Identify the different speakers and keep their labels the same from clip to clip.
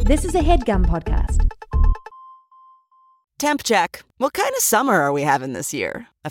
Speaker 1: This is a headgum podcast.
Speaker 2: Temp check. What kind of summer are we having this year? A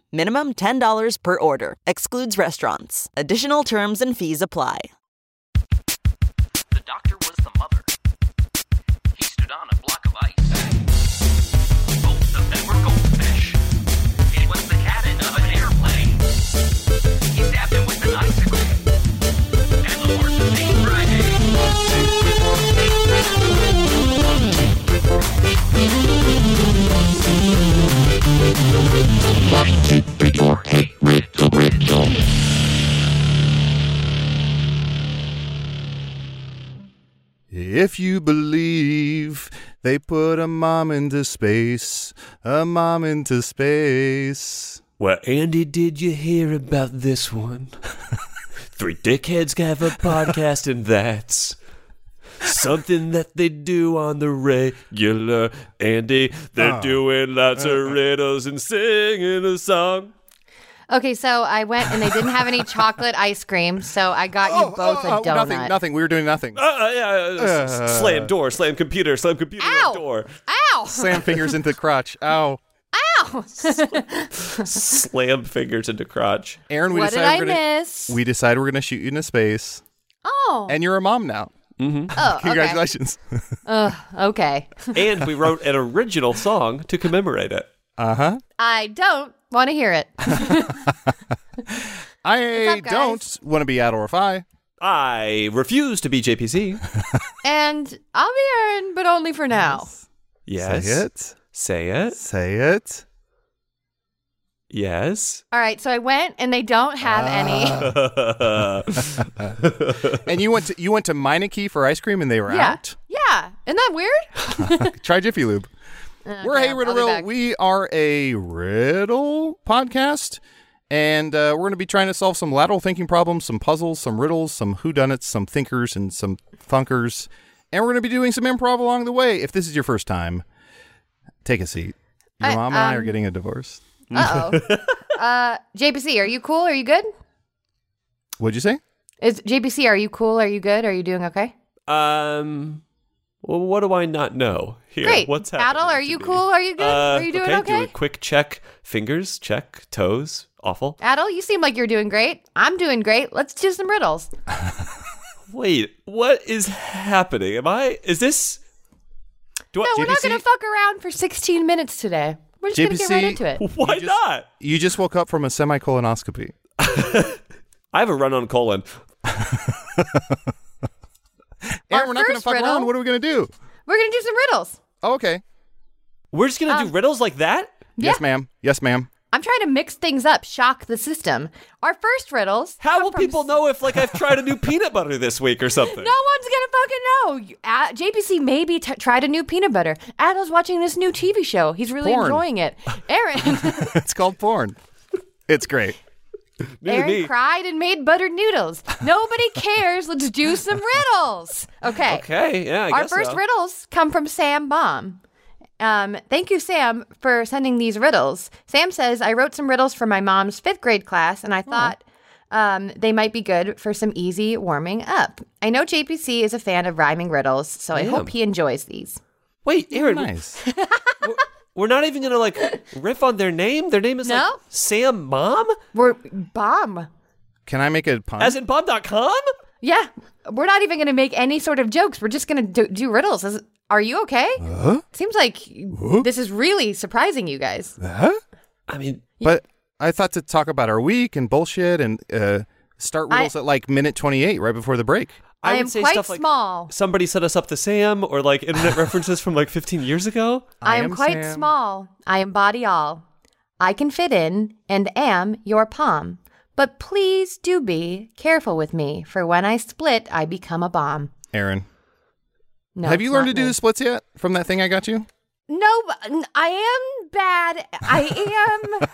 Speaker 2: Minimum $10 per order. Excludes restaurants. Additional terms and fees apply.
Speaker 3: The doctor was the mother. He stood on a block of ice. Both of them were goldfish. It was the cabin of an airplane. He stabbed him with an icicle. And the horse was named Friday.
Speaker 4: If you believe they put a mom into space, a mom into space.
Speaker 5: Well, Andy, did you hear about this one? Three dickheads have a podcast, and that's something that they do on the regular. Andy, they're
Speaker 4: Oh.
Speaker 5: doing lots
Speaker 4: Uh.
Speaker 5: of riddles and singing a song.
Speaker 6: Okay, so I went and they didn't have any chocolate ice cream, so I got you both a donut.
Speaker 4: Oh, nothing, nothing. We were doing nothing.
Speaker 5: Uh, uh, yeah, uh, s- s- slam door, slam computer, slam computer
Speaker 6: Ow!
Speaker 5: door,
Speaker 6: Ow!
Speaker 4: Slam fingers into crotch. Ow.
Speaker 6: Ow!
Speaker 5: slam fingers into crotch.
Speaker 4: Aaron, we
Speaker 6: what did
Speaker 4: decided
Speaker 6: I
Speaker 4: we're gonna,
Speaker 6: miss?
Speaker 4: we decided we're gonna shoot you into space,
Speaker 6: oh,
Speaker 4: and you're a mom now.
Speaker 6: oh, okay.
Speaker 4: Congratulations.
Speaker 6: okay.
Speaker 5: And we wrote an original song to commemorate it.
Speaker 4: Uh huh.
Speaker 6: I don't want to hear it.
Speaker 4: I
Speaker 6: up, guys?
Speaker 4: don't want to be Adol Rafi.
Speaker 5: I refuse to be JPC.
Speaker 6: and I'll be Aaron, but only for now.
Speaker 5: Yes.
Speaker 4: Say it.
Speaker 5: Say it.
Speaker 4: Say it.
Speaker 5: Yes.
Speaker 6: All right, so I went and they don't have
Speaker 4: Ah,
Speaker 6: any.
Speaker 4: And you went to you went to Meineke for ice cream, and they were
Speaker 6: Yeah.
Speaker 4: out.
Speaker 6: Yeah. Isn't that weird?
Speaker 4: Try Jiffy Lube. We're Hey
Speaker 6: Uh, I'll
Speaker 4: Riddle
Speaker 6: be
Speaker 4: Riddle.
Speaker 6: back.
Speaker 4: We are a riddle podcast, and uh, we're going to be trying to solve some lateral thinking problems, some puzzles, some riddles, some whodunits, some thinkers, and some thunkers. And we're going to be doing some improv along the way. If this is your first time, take a seat. Your
Speaker 6: I-
Speaker 4: mom and I are
Speaker 6: um,
Speaker 4: getting a divorce.
Speaker 6: Uh-oh. uh, JPC, are you cool? Are you good?
Speaker 4: What'd you say?
Speaker 6: Is JPC, are you cool? Are you good? Are you doing okay?
Speaker 5: um. Well, what do I not know here?
Speaker 6: Great.
Speaker 5: What's happening?
Speaker 6: Battle, are
Speaker 5: to
Speaker 6: you
Speaker 5: me?
Speaker 6: cool? Are you good?
Speaker 5: Uh,
Speaker 6: are you doing
Speaker 5: okay?
Speaker 6: okay?
Speaker 5: Do a quick check. Fingers, check. Toes, awful.
Speaker 6: Adel, you seem like you're doing great. I'm doing great. Let's do some riddles.
Speaker 5: Wait, what is happening? Am I? Is this? Do
Speaker 6: No,
Speaker 5: I?
Speaker 6: we're not
Speaker 4: JPC?
Speaker 6: going to fuck around for 16 minutes today. We're just going to get
Speaker 4: JPC?
Speaker 6: right into it.
Speaker 5: Why
Speaker 4: You just-
Speaker 5: not?
Speaker 4: You just woke up from a semicolonscopy.
Speaker 5: I have a run on colon.
Speaker 4: Aaron, we're not going to
Speaker 6: first
Speaker 4: fuck around.
Speaker 6: riddle-
Speaker 4: What are we going to do?
Speaker 6: We're going to do some riddles.
Speaker 4: Oh, okay.
Speaker 5: We're just gonna
Speaker 6: Um,
Speaker 5: do riddles like that.
Speaker 6: Yeah.
Speaker 4: Yes, ma'am. Yes, ma'am.
Speaker 6: I'm trying to mix things up, shock the system. Our first riddles.
Speaker 5: How
Speaker 6: come
Speaker 5: will
Speaker 6: from
Speaker 5: people
Speaker 6: s-
Speaker 5: know if like I've tried a new peanut butter this week or something?
Speaker 6: No one's going to fucking know. You- Ad- JPC maybe t- tried a new peanut butter. Adel's watching this new TV show. He's really
Speaker 4: Porn.
Speaker 6: enjoying it. Aaron,
Speaker 4: It's called porn. It's great.
Speaker 5: New to
Speaker 6: Aaron
Speaker 5: me.
Speaker 6: cried and made buttered noodles. Nobody cares. Let's do some riddles. Okay.
Speaker 5: Okay, yeah, I
Speaker 6: Our
Speaker 5: guess
Speaker 6: first
Speaker 5: so.
Speaker 6: riddles come from Sam Baum. Um, thank you, Sam, for sending these riddles. Sam says, I wrote some riddles for my mom's fifth grade class,
Speaker 5: Hmm.
Speaker 6: and I thought um, they might be good for some easy warming up. I know JPC is a fan of rhyming riddles, so I,
Speaker 5: am.
Speaker 6: hope he enjoys these.
Speaker 5: Wait, Aaron,
Speaker 4: Nice.
Speaker 5: We're not even gonna like riff on their name. Their name is
Speaker 6: No.
Speaker 5: like Sam Mom,
Speaker 6: We're bomb.
Speaker 4: Can I make a pun?
Speaker 5: as in bomb.com?
Speaker 6: Yeah, we're not even going to make any sort of jokes. We're just going to do, do riddles. Is- are you okay? Seems like this is really surprising you guys.
Speaker 5: I mean,
Speaker 4: But I thought to talk about our week and bullshit and uh, start
Speaker 6: I-
Speaker 4: riddles at like minute 28 right before the break.
Speaker 5: I,
Speaker 6: I
Speaker 5: would
Speaker 6: am
Speaker 5: say
Speaker 6: quite
Speaker 5: stuff like
Speaker 6: small.
Speaker 5: somebody set us up to Sam or like internet references from like 15 years ago.
Speaker 6: I,
Speaker 4: I
Speaker 6: am,
Speaker 4: am
Speaker 6: quite
Speaker 4: Sam.
Speaker 6: small. I embody all. I can fit in and am your palm. But please do be careful with me, for when I split, I become a bomb.
Speaker 4: Aaron,
Speaker 6: No,
Speaker 4: have you
Speaker 6: it's
Speaker 4: learned
Speaker 6: not
Speaker 4: to do
Speaker 6: me.
Speaker 4: the splits yet from that thing I got you?
Speaker 6: No, but n- I am bad. I am.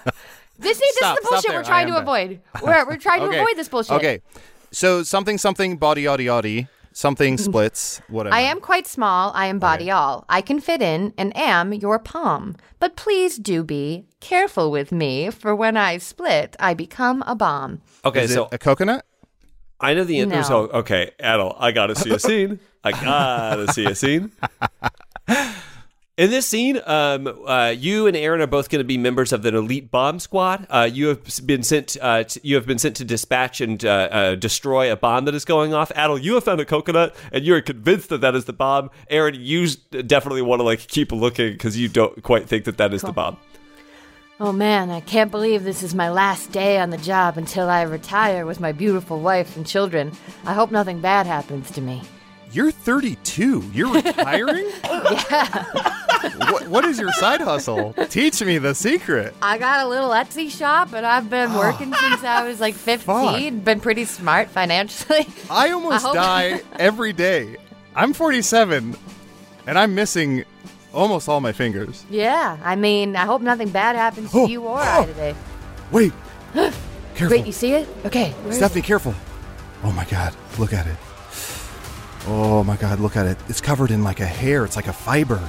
Speaker 6: This, this
Speaker 4: Stop,
Speaker 6: is the
Speaker 4: stop
Speaker 6: bullshit
Speaker 4: there.
Speaker 6: we're
Speaker 4: I am
Speaker 6: trying to
Speaker 4: bad.
Speaker 6: avoid. We're, we're trying to avoid this bullshit.
Speaker 4: Okay. So something something body oddy oddy something splits whatever.
Speaker 6: I am quite small. I am body all. I can fit in and am your palm. But please do be careful with me, for when I split, I become a bomb.
Speaker 5: Okay,
Speaker 4: Is
Speaker 5: so
Speaker 4: it a coconut?
Speaker 5: I know the end
Speaker 6: No.
Speaker 5: result. Okay, Adel, I gotta see a scene. I gotta see a scene. In this scene, um, uh, you and Aaron are both going to be members of the elite bomb squad. Uh, you have s- been sent. Uh, t- you have been sent to dispatch and uh, uh, destroy a bomb that is going off. Adel, you have found a coconut, and you are convinced that that is the bomb. Aaron, you s- definitely want to like keep looking because you don't quite think that that is the bomb.
Speaker 6: Oh man, I can't believe this is my last day on the job until I retire with my beautiful wife and children. I hope nothing bad happens to me.
Speaker 4: You're 32. You're retiring? what, what is your side hustle? Teach me the secret.
Speaker 6: I got a little Etsy shop and I've been working since I was like 15. Been pretty smart financially.
Speaker 4: I almost
Speaker 6: I hope-
Speaker 4: die every day. I'm 47 and I'm missing almost all my fingers.
Speaker 6: yeah, I mean, I hope nothing bad happens to
Speaker 4: Oh,
Speaker 6: you or
Speaker 4: oh.
Speaker 6: I today.
Speaker 4: Wait. Careful.
Speaker 6: Wait, you see it? Okay. where is
Speaker 4: Stephanie, careful. Oh my god, look at it. Oh my god, look at it. It's covered in like a hair, it's like a fiber.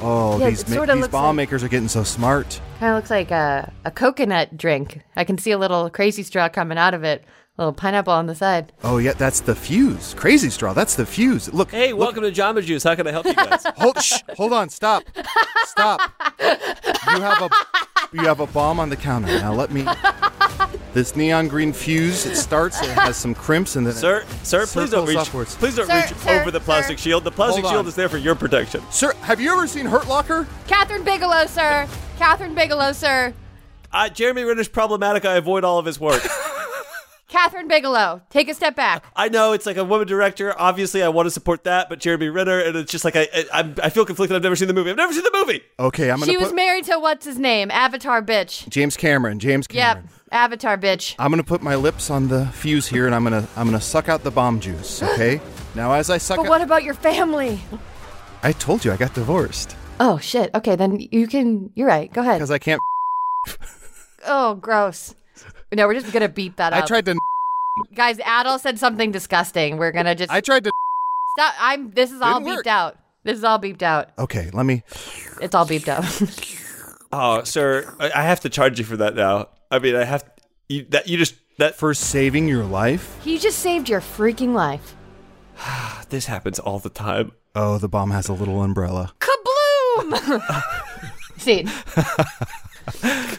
Speaker 4: Oh,
Speaker 6: Yeah,
Speaker 4: these,
Speaker 6: it
Speaker 4: ma-
Speaker 6: sorta
Speaker 4: these
Speaker 6: looks
Speaker 4: bomb
Speaker 6: like-
Speaker 4: makers are getting so smart.
Speaker 6: Kind of looks like a, a coconut drink. I can see a little crazy straw coming out of it, a little pineapple on the side.
Speaker 4: Oh yeah, that's the fuse. Crazy straw. That's the fuse. Look.
Speaker 5: Hey, welcome to Jamba Juice. How can I help you guys?
Speaker 4: Hold. shh, hold on. Stop. Stop. You have a you have a bomb on the counter. Now let me. This neon green fuse. It starts. It has some crimps and then. it-
Speaker 5: Sir, sir, please don't
Speaker 4: Circles
Speaker 5: reach.
Speaker 4: upwards.
Speaker 5: Please don't
Speaker 6: Sir,
Speaker 5: reach
Speaker 6: sir,
Speaker 5: over the
Speaker 6: sir.
Speaker 5: plastic shield. The plastic
Speaker 4: Hold
Speaker 5: shield
Speaker 4: on.
Speaker 5: is there for your protection.
Speaker 4: Sir, have you ever seen Hurt Locker?
Speaker 6: Catherine Bigelow, sir. Catherine Bigelow, sir.
Speaker 5: Uh, Jeremy Renner's problematic. I avoid all of his work.
Speaker 6: Catherine Bigelow, take a step back.
Speaker 5: I know it's like a woman director. Obviously, I want to support that, but Jeremy Renner, and it's just like I, I, I'm- I feel conflicted. I've never seen the movie. I've never seen the movie.
Speaker 4: Okay, I'm gonna
Speaker 6: She
Speaker 4: put
Speaker 6: was married to what's his name? Avatar bitch.
Speaker 4: James Cameron. James
Speaker 6: Yep,
Speaker 4: Cameron.
Speaker 6: Avatar bitch.
Speaker 4: I'm gonna put my lips on the fuse here, and I'm gonna I'm gonna suck out the bomb juice. Okay. now as I suck,
Speaker 6: But
Speaker 4: out-
Speaker 6: what about your family?
Speaker 4: I told you I got divorced
Speaker 6: Oh shit. Okay, then you can. You're right. Go ahead.
Speaker 4: because I can't.
Speaker 6: Oh, gross. No, we're just gonna beep that
Speaker 4: I
Speaker 6: up.
Speaker 4: tried to.
Speaker 6: Guys, Adel said something disgusting. We're gonna just
Speaker 4: I tried to.
Speaker 6: stop. I'm. This is all
Speaker 4: Didn't
Speaker 6: beeped
Speaker 4: work.
Speaker 6: out. This is all beeped out.
Speaker 4: Okay, let me.
Speaker 6: It's all beeped out.
Speaker 5: Oh, sir, I, I have to charge you for that now. I mean, I have you, that. You just that
Speaker 4: For saving your life.
Speaker 6: he just saved your freaking life.
Speaker 5: this happens all the time.
Speaker 4: Oh, the bomb has a little umbrella.
Speaker 6: Kabloom! Scene.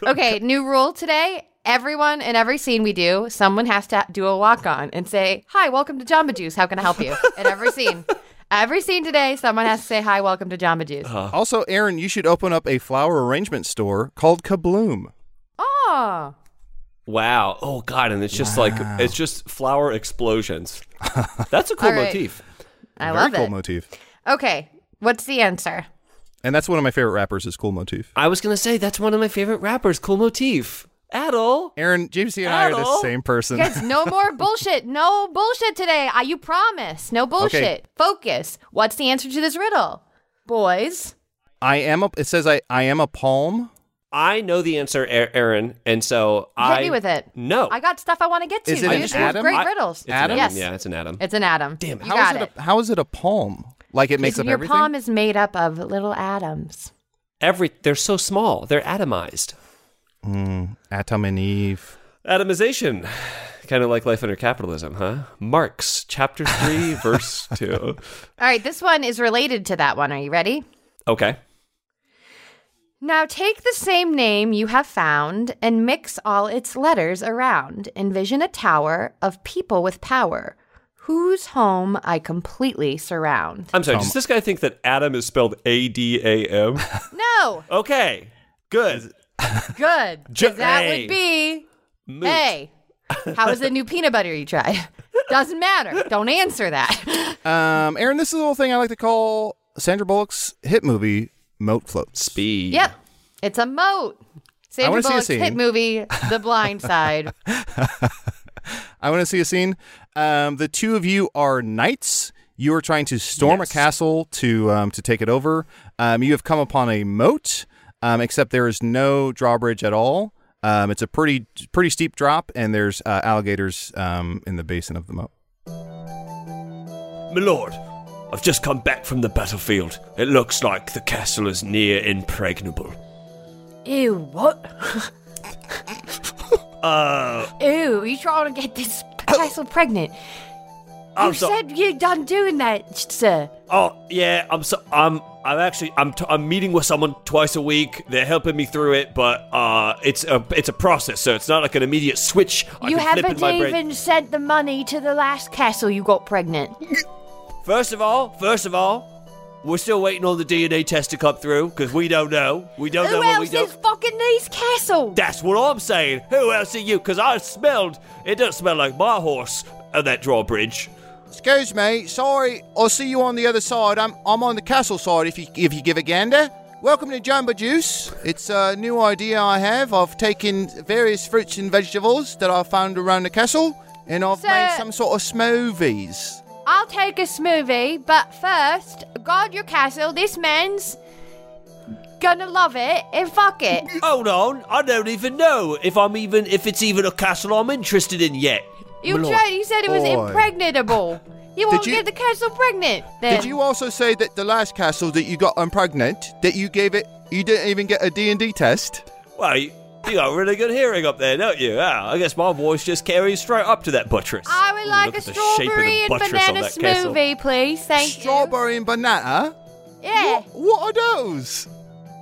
Speaker 6: okay, new rule today. Everyone in every scene we do, someone has to do a walk on and say, Hi, welcome to Jamba Juice. How can I help you? In every scene. Every scene today, someone has to say, Hi, welcome to Jamba Juice.
Speaker 4: Also, Aaron, you should open up a flower arrangement store called Kabloom.
Speaker 6: Oh,
Speaker 5: Wow. Oh God. And it's just like it's just flower explosions. That's a cool
Speaker 6: All right.
Speaker 5: motif.
Speaker 6: I
Speaker 4: Very
Speaker 6: love
Speaker 4: cool
Speaker 6: it.
Speaker 4: motif.
Speaker 6: okay, what's the answer?
Speaker 4: And that's one of my favorite rappers is Cool Motif.
Speaker 5: I was gonna say that's one of my favorite rappers. Cool motif. Adel.
Speaker 4: Aaron, JC and I are the
Speaker 5: Adel?
Speaker 4: same person.
Speaker 6: Guys, no more bullshit. No bullshit today. I, you promise. No bullshit. Focus. What's the answer to this riddle? Boys.
Speaker 4: I am a it says I, I am a palm.
Speaker 5: I know the answer, A- Aaron, and so
Speaker 6: Hit
Speaker 5: I
Speaker 6: me with it.
Speaker 5: No,
Speaker 6: I got stuff I want to get to.
Speaker 4: Is it
Speaker 6: dude.
Speaker 4: an
Speaker 6: These are
Speaker 4: atom?
Speaker 6: Great
Speaker 5: I-
Speaker 6: riddles.
Speaker 5: It's an atom.
Speaker 6: Yes.
Speaker 5: Yeah, it's an atom.
Speaker 6: It's an atom.
Speaker 5: Damn,
Speaker 6: You
Speaker 4: How is
Speaker 6: got
Speaker 4: it a, how is it a palm? Like it makes
Speaker 6: Because
Speaker 4: up
Speaker 6: your
Speaker 4: everything?
Speaker 6: palm is made up of little atoms.
Speaker 5: Every they're so small. They're atomized.
Speaker 4: Hmm, Atom and Eve.
Speaker 5: Atomization. Kind of like life under capitalism, huh? Marx, chapter 3, verse 2.
Speaker 6: All right, this one is related to that one. Are you ready?
Speaker 5: Okay.
Speaker 6: Now take the same name you have found and mix all its letters around. Envision a tower of people with power, whose home I completely surround.
Speaker 5: I'm sorry. Does this guy think that atom is spelled A D A M?
Speaker 6: No,
Speaker 5: Okay. Good.
Speaker 6: good. 'cause
Speaker 5: J-
Speaker 6: that
Speaker 5: hey.
Speaker 6: would be
Speaker 5: Moot.
Speaker 6: hey. How was the new peanut butter you tried? Doesn't matter. Don't answer that.
Speaker 4: Um, Aaron, this is a little thing I like to call Sandra Bullock's hit movie, Moat Floats.
Speaker 5: Speed.
Speaker 6: Yep. It's a moat. Sandra
Speaker 4: wanna see a
Speaker 6: Bullock's hit
Speaker 4: scene.
Speaker 6: movie, The Blind Side.
Speaker 4: I want to see a scene. Um, the two of you are knights. You are trying to storm a castle to um, to take it over. Um, you have come upon a moat, um, except there is no drawbridge at all. Um, it's a pretty pretty steep drop, and there's uh, alligators um, in the basin of the moat.
Speaker 5: My lord, I've just come back from the battlefield. It looks like the castle is near impregnable.
Speaker 6: Ew, what?
Speaker 5: Uh,
Speaker 6: Ew, you trying to get this castle pregnant?
Speaker 5: I'm
Speaker 6: you
Speaker 5: so-
Speaker 6: said you done doing that, sir.
Speaker 5: oh yeah, I'm so I'm I'm actually I'm t- I'm meeting with someone twice a week. They're helping me through it, but uh, it's a it's a process, so it's not like an immediate switch. I
Speaker 6: you
Speaker 5: can flip in
Speaker 6: haven't
Speaker 5: my brain.
Speaker 6: even sent the money to the last castle you got pregnant.
Speaker 5: First of all, first of all, we're still waiting on the DNA test to come through because we don't know. We don't know
Speaker 6: Who
Speaker 5: what we
Speaker 6: else
Speaker 5: don't.
Speaker 6: is fucking these castles?
Speaker 5: That's what I'm saying. Who else are you? Because I smelled. It doesn't smell like my horse at that drawbridge.
Speaker 4: Excuse me, sorry. I'll see you on the other side. I'm I'm on the castle side. If you if you give a gander. Welcome to Jamba Juice. It's a new idea I have. I've taken various fruits and vegetables that I found around the castle, and I've
Speaker 6: Sir-
Speaker 4: made some sort of smoothies.
Speaker 6: I'll take a smoothie, but first, guard your castle. This man's gonna love it and fuck it.
Speaker 5: Hold on, I don't even know if I'm even if it's even a castle I'm interested in yet.
Speaker 6: You
Speaker 5: My lord.
Speaker 6: tried. You said it was
Speaker 4: Boy.
Speaker 6: impregnable. You want to
Speaker 4: you-
Speaker 6: get the castle pregnant? Then.
Speaker 4: Did you also say that the last castle that you got unpregnant, that you gave it, you didn't even get a D&D test?
Speaker 5: Well, you, you got really good hearing up there, don't you? Ah, I guess my voice just carries straight up to that buttress.
Speaker 6: I would
Speaker 5: Ooh,
Speaker 6: like
Speaker 5: look
Speaker 6: a
Speaker 5: at the shape of the
Speaker 6: strawberry and
Speaker 5: buttress on
Speaker 6: banana
Speaker 5: that castle.
Speaker 6: smoothie, please. Thank
Speaker 4: Strawberry and banana?
Speaker 6: you. Yeah.
Speaker 4: What, what are those?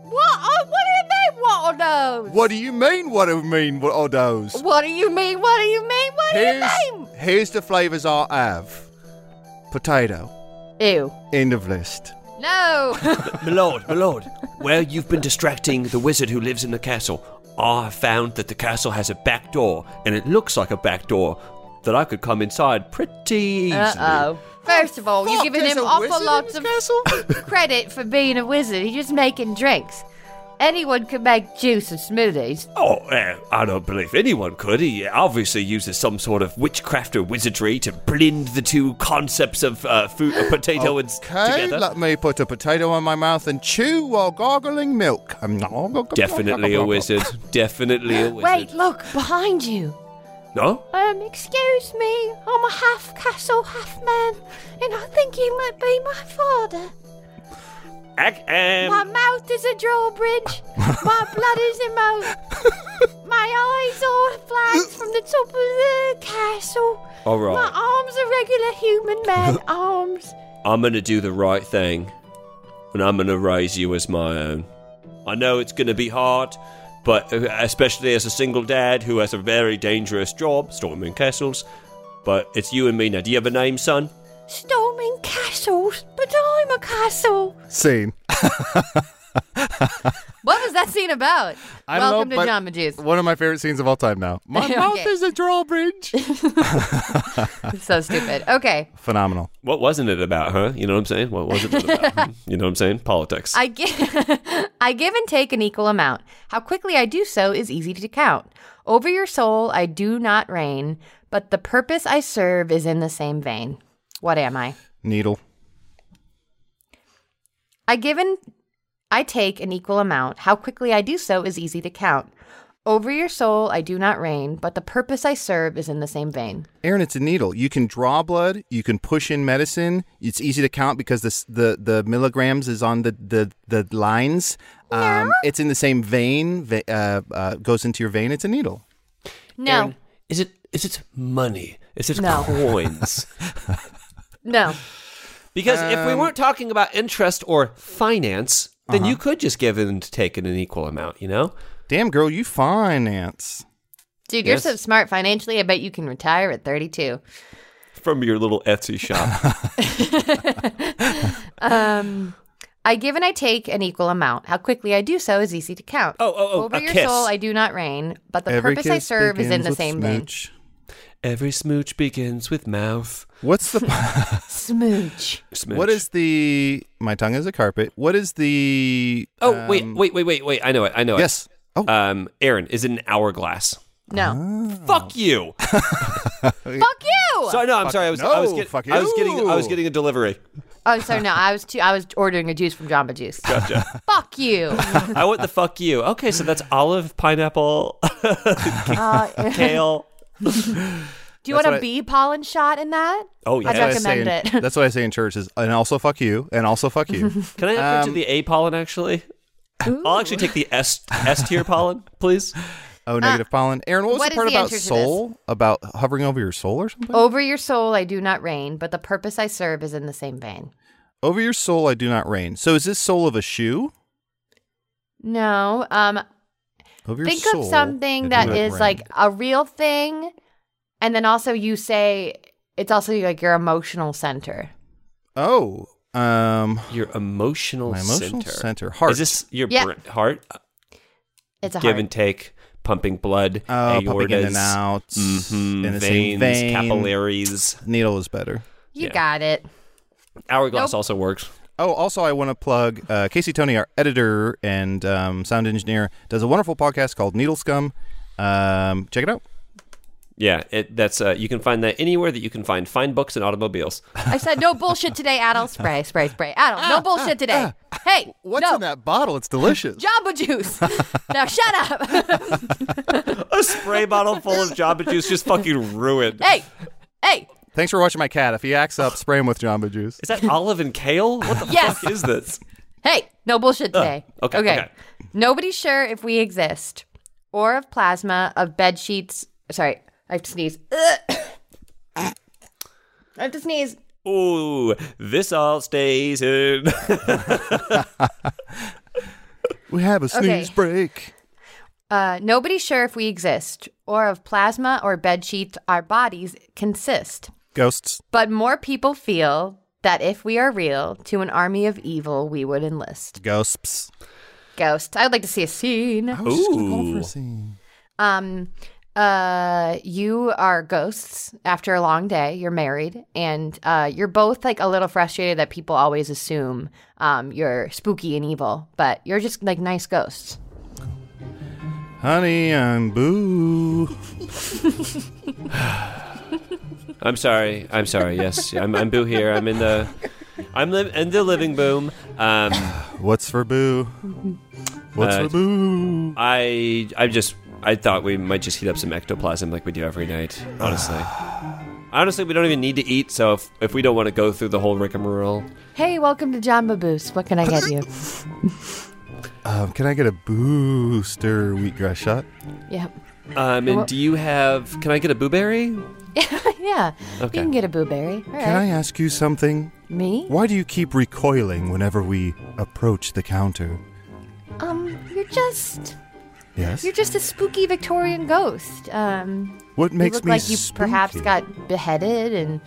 Speaker 6: What? Oh, what do you mean? What are those?
Speaker 4: What do you mean, what do you mean, what are those?
Speaker 6: What do you mean? What do you mean? What do
Speaker 4: Here's,
Speaker 6: you
Speaker 4: here's the flavors I have. Potato.
Speaker 6: mean? Ew.
Speaker 4: End of list.
Speaker 6: No.
Speaker 5: My lord, my lord, well, you've been distracting the wizard who lives in the castle. I found that the castle has a back door, and it looks like a back door that I could come inside pretty easily.
Speaker 6: uh oh. First of all, you're
Speaker 4: Fuck,
Speaker 6: giving
Speaker 4: there's
Speaker 6: him
Speaker 4: a wizard
Speaker 6: awful
Speaker 4: in
Speaker 6: lots
Speaker 4: this
Speaker 6: of
Speaker 4: castle?
Speaker 6: credit for being a wizard. He's just making drinks. Anyone could make juice and smoothies.
Speaker 5: Oh, eh, I don't believe anyone could. He obviously uses some sort of witchcraft or wizardry to blend the two concepts of uh, food, uh, potato and s-
Speaker 4: Okay,
Speaker 5: together.
Speaker 4: let me put a potato in my mouth and chew while gargling milk. I'm not
Speaker 5: Definitely a wizard. Definitely a wizard.
Speaker 6: Wait, look behind you.
Speaker 5: No?
Speaker 6: Um, excuse me, I'm a half castle, half man, and I think you might be my father.
Speaker 5: Ac-
Speaker 6: my
Speaker 5: um,
Speaker 6: mouth is a drawbridge, my blood is a moat, my eyes are flags from the top of the castle.
Speaker 5: All right.
Speaker 6: My arms are regular human man arms.
Speaker 5: I'm going to do the right thing, and I'm going to raise you as my own. I know it's going to be hard, but uh, especially as a single dad who has a very dangerous job, storming castles. But it's you and me now. Do you have a name, son?
Speaker 6: Storming castles, but I'm a castle.
Speaker 4: Scene.
Speaker 6: What was that scene about?
Speaker 4: I don't
Speaker 6: Welcome
Speaker 4: know,
Speaker 6: to
Speaker 4: but
Speaker 6: Jamba Juice.
Speaker 4: One of my favorite scenes of all time now. My
Speaker 6: Okay.
Speaker 4: mouth is a drawbridge.
Speaker 6: so stupid. Okay.
Speaker 4: Phenomenal.
Speaker 5: What wasn't it about, huh? You know what I'm saying? What was it about? Hmm? you know what I'm saying? Politics.
Speaker 6: I give, I give and take an equal amount. How quickly I do so is easy to count. Over your soul I do not reign, but the purpose I serve is in the same vein. What am I?
Speaker 4: Needle.
Speaker 6: I give and I take an equal amount. How quickly I do so is easy to count. Over your soul I do not reign, but the purpose I serve is in the same vein.
Speaker 4: Aaron, it's a needle. You can draw blood. You can push in medicine. It's easy to count because this, the the milligrams is on the the the lines. Um, It's in the same vein. ve- Uh, uh, goes into your vein. It's a needle.
Speaker 6: No,
Speaker 5: is it is it money? Is it
Speaker 6: No.
Speaker 5: coins?
Speaker 6: no.
Speaker 5: Because if we weren't talking about interest or finance, then you could just give and take in an equal amount, you know?
Speaker 4: Damn, girl, you finance.
Speaker 6: Dude, you're
Speaker 5: Yes.
Speaker 6: so smart financially. I bet you can retire at 32.
Speaker 5: From your little Etsy shop.
Speaker 6: I give and I take an equal amount. How quickly I do so is easy to count.
Speaker 5: Oh, oh, oh,
Speaker 6: Over
Speaker 5: a
Speaker 6: your
Speaker 5: kiss.
Speaker 6: soul I do not reign, but the
Speaker 4: Every
Speaker 6: purpose I
Speaker 4: kiss
Speaker 6: serve is in
Speaker 4: begins
Speaker 6: the
Speaker 4: with
Speaker 6: same
Speaker 4: smooch.
Speaker 5: Every smooch begins with mouth.
Speaker 4: What's the
Speaker 6: vein. Smooch.
Speaker 5: Smooch.
Speaker 4: what is the my tongue is a carpet? What is the
Speaker 5: Oh, wait, wait, wait, wait, wait. I know it. I know
Speaker 4: yes?
Speaker 5: it.
Speaker 4: Oh,
Speaker 5: Um, Aaron, is it an hourglass?
Speaker 6: No.
Speaker 5: Fuck you.
Speaker 6: Fuck you.
Speaker 5: So no, I'm sorry. I was I was
Speaker 4: no,
Speaker 5: getting
Speaker 4: fuck
Speaker 5: I was getting I was
Speaker 4: you.
Speaker 5: getting a delivery.
Speaker 6: oh, so no, I was too, I was ordering a juice from Jamba Juice. Gotcha. Fuck you.
Speaker 5: I want the fuck you. Okay, so that's olive, pineapple,
Speaker 6: Uh,
Speaker 5: kale.
Speaker 6: do you want
Speaker 4: what
Speaker 6: a
Speaker 4: I-
Speaker 6: bee pollen shot in that?
Speaker 5: Oh
Speaker 6: I'd
Speaker 5: yeah.
Speaker 4: That's what I say
Speaker 6: recommend
Speaker 4: in-
Speaker 6: it.
Speaker 4: That's what I say in church is, and also fuck you, and also fuck you.
Speaker 5: Can I upgrade to
Speaker 4: Um,
Speaker 5: the A pollen actually? I'll actually take the S S tier pollen, please.
Speaker 4: Oh, negative pollen. Aaron, what was
Speaker 6: Uh, what
Speaker 4: the
Speaker 6: is
Speaker 4: part
Speaker 6: the
Speaker 4: about
Speaker 6: answer to this? Oh.
Speaker 4: soul? About hovering over your soul or something?
Speaker 6: Over your soul I do not reign, but the purpose I serve is in the same vein.
Speaker 4: Over your soul, I do not reign. So is this soul of a shoe?
Speaker 6: No. Um
Speaker 4: Over your
Speaker 6: think
Speaker 4: soul,
Speaker 6: of
Speaker 4: I do
Speaker 6: something that
Speaker 4: not
Speaker 6: is
Speaker 4: reign.
Speaker 6: like a real thing and then also you say it's also like your emotional center.
Speaker 4: oh, um,
Speaker 5: Your emotional,
Speaker 4: My emotional
Speaker 5: center.
Speaker 4: center. Heart.
Speaker 5: Is this your
Speaker 6: Yeah.
Speaker 5: br- heart?
Speaker 6: It's a
Speaker 5: Give
Speaker 6: heart.
Speaker 5: and take, pumping blood,
Speaker 4: oh, pumping in and
Speaker 5: aortas,
Speaker 4: out,
Speaker 5: mhm,
Speaker 4: in the same
Speaker 5: veins,
Speaker 4: vein.
Speaker 5: capillaries.
Speaker 4: Needle is better.
Speaker 6: you
Speaker 5: yeah.
Speaker 6: got it.
Speaker 5: Hourglass also works.
Speaker 4: Oh, also, I want to plug uh, Casey Tony, our editor and um, sound engineer, does a wonderful podcast called Needle Scum. Um, check it out.
Speaker 5: Yeah, it, that's uh, you can find that anywhere that you can find fine books and automobiles.
Speaker 6: I said no bullshit today, Adel. Spray, spray, spray. Adel,
Speaker 5: Ah,
Speaker 6: no bullshit today. Hey, no.
Speaker 4: that bottle? It's delicious.
Speaker 6: Jamba Juice. now shut up.
Speaker 5: A spray bottle full of Jamba Juice just fucking ruined.
Speaker 6: hey, hey.
Speaker 4: Thanks for watching my cat. If he acts up, spray him with Jamba Juice.
Speaker 5: Is that olive and kale? What the
Speaker 6: Yes.
Speaker 5: fuck is this?
Speaker 6: Hey, no bullshit today.
Speaker 5: okay, okay.
Speaker 6: Nobody's sure if we exist or of plasma, of bed sheets. Sorry, I have to sneeze. Ugh. I have to sneeze.
Speaker 5: Ooh, this all stays in.
Speaker 4: We have a sneeze
Speaker 6: Okay.
Speaker 4: break.
Speaker 6: Uh, nobody's sure if we exist or of plasma or bed sheets our bodies consist.
Speaker 4: Ghosts.
Speaker 6: But more people feel that if we are real, to an army of evil we would enlist.
Speaker 4: Ghosts.
Speaker 6: Ghosts. I'd like to see a scene.
Speaker 4: was just gonna call for
Speaker 5: Ooh.
Speaker 4: a scene.
Speaker 6: Um, uh, you are ghosts after a long day. You're married, and uh, you're both like a little frustrated that people always assume um you're spooky and evil, but you're just like nice ghosts.
Speaker 4: Honey, I'm boo.
Speaker 5: I'm sorry. I'm sorry. Yes, I'm, I'm Boo here. I'm in the, I'm li- in the living boom. Um,
Speaker 4: What's for boo? What's
Speaker 5: Uh,
Speaker 4: for boo?
Speaker 5: I I just I thought we might just heat up some ectoplasm like we do every night. Honestly, honestly, we don't even need to eat. So if, if we don't want to go thoough the whole rigmarole,
Speaker 6: Hey, welcome to John Baboose. What can I get you?
Speaker 4: Um, can I get a booster wheatgrass shot?
Speaker 6: Yep.
Speaker 5: um, and do you have? Can I get a blueberry?
Speaker 6: yeah.
Speaker 5: Okay.
Speaker 6: You can get a blueberry. All right.
Speaker 4: Can I ask you something?
Speaker 6: Me?
Speaker 4: Why do you keep recoiling whenever we approach the counter?
Speaker 6: Um, you're just
Speaker 4: Yes.
Speaker 6: you're just a spooky Victorian ghost. Um,
Speaker 4: What makes
Speaker 6: you look
Speaker 4: me
Speaker 6: like you perhaps
Speaker 4: spooky?
Speaker 6: got beheaded and.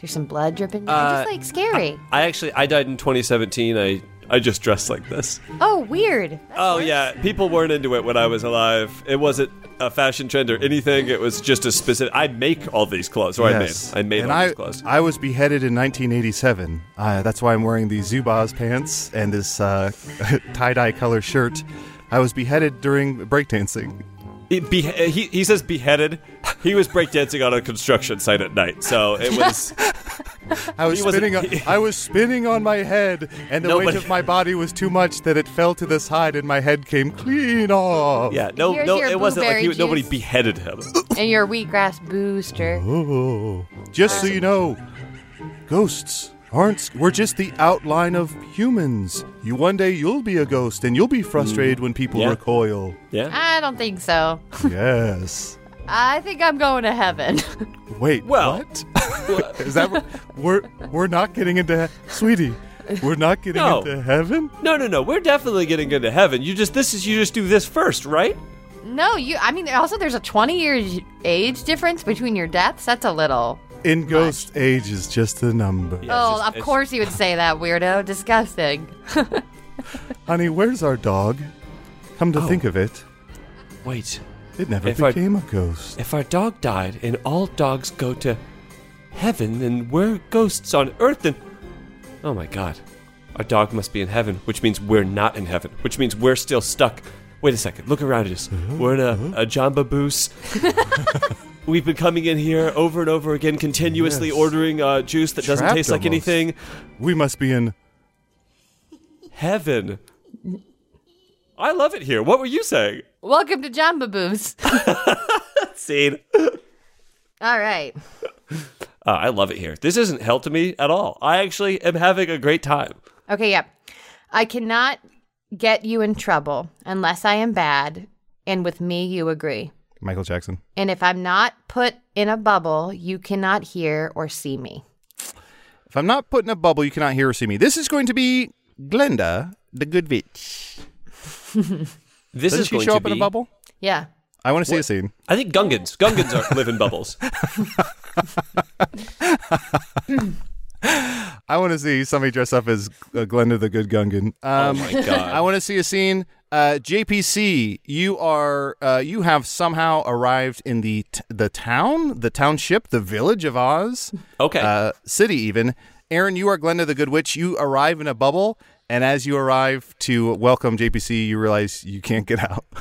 Speaker 6: There's some blood dripping. You're
Speaker 5: Uh,
Speaker 6: just like scary.
Speaker 5: I actually I died in 2017. I I just dressed like this.
Speaker 6: oh, weird.
Speaker 5: Oh yeah, people weren't into it when I was alive. It wasn't a fashion trend or anything. It was just a specific. I make all these clothes, or
Speaker 4: Yes.
Speaker 5: I made. I made
Speaker 4: and
Speaker 5: all
Speaker 4: I,
Speaker 5: these clothes.
Speaker 4: I was beheaded in 1987. Uh, that's why I'm wearing these Zubaz pants and this uh, tie-dye color shirt. I was beheaded during breakdancing.
Speaker 5: It be- he, he says beheaded. He was breakdancing on a construction site at night, so it was.
Speaker 4: I was
Speaker 5: He wasn't-
Speaker 4: spinning. On, I was spinning on my head, and the weight
Speaker 5: Nobody-
Speaker 4: of my body was too much that it fell to the side, and my head came clean off.
Speaker 5: yeah, no,
Speaker 6: Here's
Speaker 5: no,
Speaker 6: your
Speaker 5: it wasn't like he,
Speaker 6: blueberry
Speaker 5: nobody
Speaker 6: juice.
Speaker 5: beheaded him.
Speaker 6: And your wheatgrass booster.
Speaker 4: Oh, just so you know, ghosts aren't. s- We're just the outline of humans. You one day you'll be a ghost, and you'll be frustrated when people
Speaker 5: Mm. yeah.
Speaker 4: recoil.
Speaker 5: Yeah.
Speaker 6: I don't think so.
Speaker 4: yes.
Speaker 6: I think I'm going to heaven.
Speaker 4: Wait.
Speaker 5: Well-
Speaker 4: what? Is that what- we're we're not getting into, he- sweetie? We're not getting
Speaker 5: No.
Speaker 4: into heaven.
Speaker 5: No, no, no. We're definitely getting into heaven. You just this is you just do this first, right?
Speaker 6: no, you. I mean, also there's a 20 year age difference between your deaths. That's a little.
Speaker 4: In ghost age is just a number.
Speaker 6: oh,
Speaker 5: just-
Speaker 6: of
Speaker 5: it's-
Speaker 6: course you would say that, weirdo. Disgusting.
Speaker 4: Honey, where's our dog? Come to think of it,
Speaker 5: Wait.
Speaker 4: it never
Speaker 5: Oh. If I-
Speaker 4: became a ghost.
Speaker 5: If our dog died and all dogs go to heaven and we're ghosts on earth and oh my god. Our dog must be in heaven, which means we're not in heaven, which means we're still stuck Wait a second. Look around at us. We're in a, a Jamba Boos. We've been coming in here over and over again, continuously
Speaker 4: Yes.
Speaker 5: ordering uh, juice that doesn't
Speaker 4: Trapped
Speaker 5: taste like
Speaker 4: almost.
Speaker 5: anything.
Speaker 4: We must be in.
Speaker 5: Heaven. I love it here. What were you saying?
Speaker 6: Welcome to Jamba Boobs.
Speaker 5: Scene.
Speaker 6: All right.
Speaker 5: Uh, I love it here. This isn't hell to me at all. I actually am having a great time.
Speaker 6: Okay, yep. I cannot get you in trouble unless I am bad, and with me you agree.
Speaker 4: Michael Jackson.
Speaker 6: And if I'm not put in a bubble, you cannot hear or see me.
Speaker 4: If I'm not put in a bubble, you cannot hear or see me. This is going to be Glenda, the good witch.
Speaker 5: This
Speaker 4: Doesn't
Speaker 5: is
Speaker 4: she
Speaker 5: going
Speaker 4: show
Speaker 5: to
Speaker 4: up
Speaker 5: be.
Speaker 4: in a bubble?
Speaker 6: Yeah.
Speaker 4: I want to see a scene.
Speaker 5: I think Gungans. Gungans are live in bubbles.
Speaker 4: Um, I want to see somebody dress up as uh, Glenda the Good Gungan. Um,
Speaker 5: oh my god.
Speaker 4: I want to see a scene. Uh, JPC, you are uh, you have somehow arrived in the t- the town, the township, the village of Oz,
Speaker 5: okay.
Speaker 4: uh, city even. Aaron, you are Glenda the Good Witch. You arrive in a bubble, and as you arrive to welcome JPC, you realize you can't get out.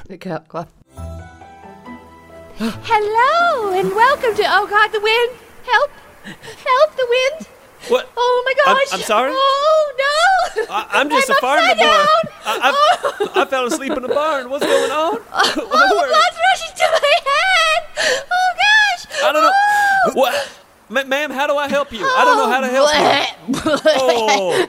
Speaker 6: Hello, and welcome to. Oh, God, the wind. Help. Help the wind.
Speaker 5: what?
Speaker 6: Oh, my
Speaker 5: I'm-
Speaker 6: gosh.
Speaker 5: I'm sorry?
Speaker 6: Oh, no.
Speaker 5: I, I'm just a farmer
Speaker 6: upside
Speaker 5: boy. I,
Speaker 6: down.
Speaker 5: I, I fell asleep in a barn. What's going on?
Speaker 6: Oh, blood's rushing to my head. Oh, gosh.
Speaker 5: I don't know. What? Ma- ma'am, how do I help you? I don't know how to help you. Oh,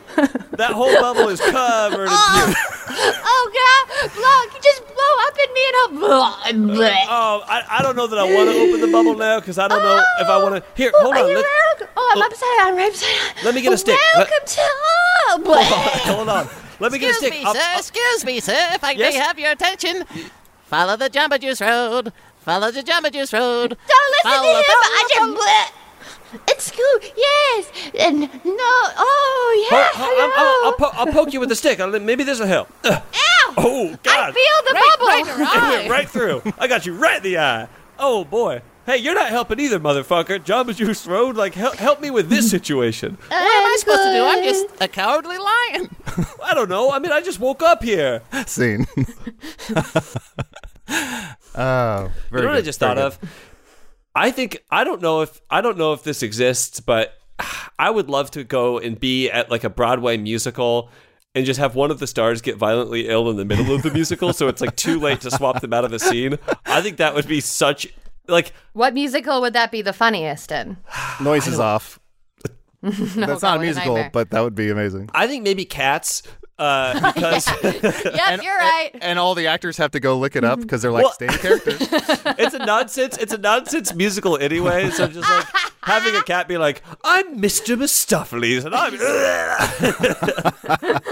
Speaker 5: that whole bubble is covered in puke.
Speaker 6: Oh god, look, just blow up in me and I'll bleh.
Speaker 5: Oh, I, I don't know that I want to open the bubble now because I don't know if I want to. Here, hold
Speaker 6: Are
Speaker 5: on.
Speaker 6: you
Speaker 5: Let,
Speaker 6: welcome? Oh, I'm upside down, I'm upside down.
Speaker 5: let me get a stick. Let-
Speaker 6: Welcome to oh, bleh.
Speaker 5: hold on. Let me get a
Speaker 7: Excuse
Speaker 5: stick.
Speaker 7: me,
Speaker 5: I'll-
Speaker 7: sir. Uh, Excuse me, sir. If I
Speaker 5: Yes?
Speaker 7: may have your attention, follow the Jamba Juice Road. Follow the Jamba Juice Road.
Speaker 6: Don't listen
Speaker 7: Follow,
Speaker 6: to him.
Speaker 7: follow,
Speaker 6: I just bleh. It's cool. Yes. And no. Oh,
Speaker 5: I'll,
Speaker 6: yeah.
Speaker 5: I'll- I'll- I'll- I'll
Speaker 6: Hello.
Speaker 5: po- I'll poke you with a stick. I'll- maybe this will help. Ugh,
Speaker 6: Ow.
Speaker 5: Oh,
Speaker 6: I
Speaker 5: God.
Speaker 6: feel the bubble.
Speaker 5: It went right through. I got you right in the eye. Oh boy. Hey, you're not helping either, motherfucker. Jamba Juice Road, like, help, help me with this situation.
Speaker 7: What am I supposed to do? I'm just a cowardly lion.
Speaker 5: I don't know. I mean, I just woke up here.
Speaker 4: scene. oh, very
Speaker 5: you know what I
Speaker 4: good,
Speaker 5: just
Speaker 4: very
Speaker 5: thought of? I think I don't know if I don't know if this exists, but I would love to go and be at like a Broadway musical and just have one of the stars get violently ill in the middle of the musical, so it's like too late to swap them out of the scene. I think that would be such like
Speaker 6: What musical would that be the funniest in?
Speaker 4: good. Noise is off. That's not a
Speaker 6: what a
Speaker 4: musical,
Speaker 6: nightmare.
Speaker 4: but that would be amazing.
Speaker 5: I think maybe cats uh, because.
Speaker 6: Yep, you're right. Mm-hmm.
Speaker 4: And all the actors have to go look it up because they're like
Speaker 5: Well-
Speaker 4: stage characters.
Speaker 5: it's a nonsense. It's a nonsense musical anyway. So just like having a cat be like, "I'm Mr. Mistopheles," and I'm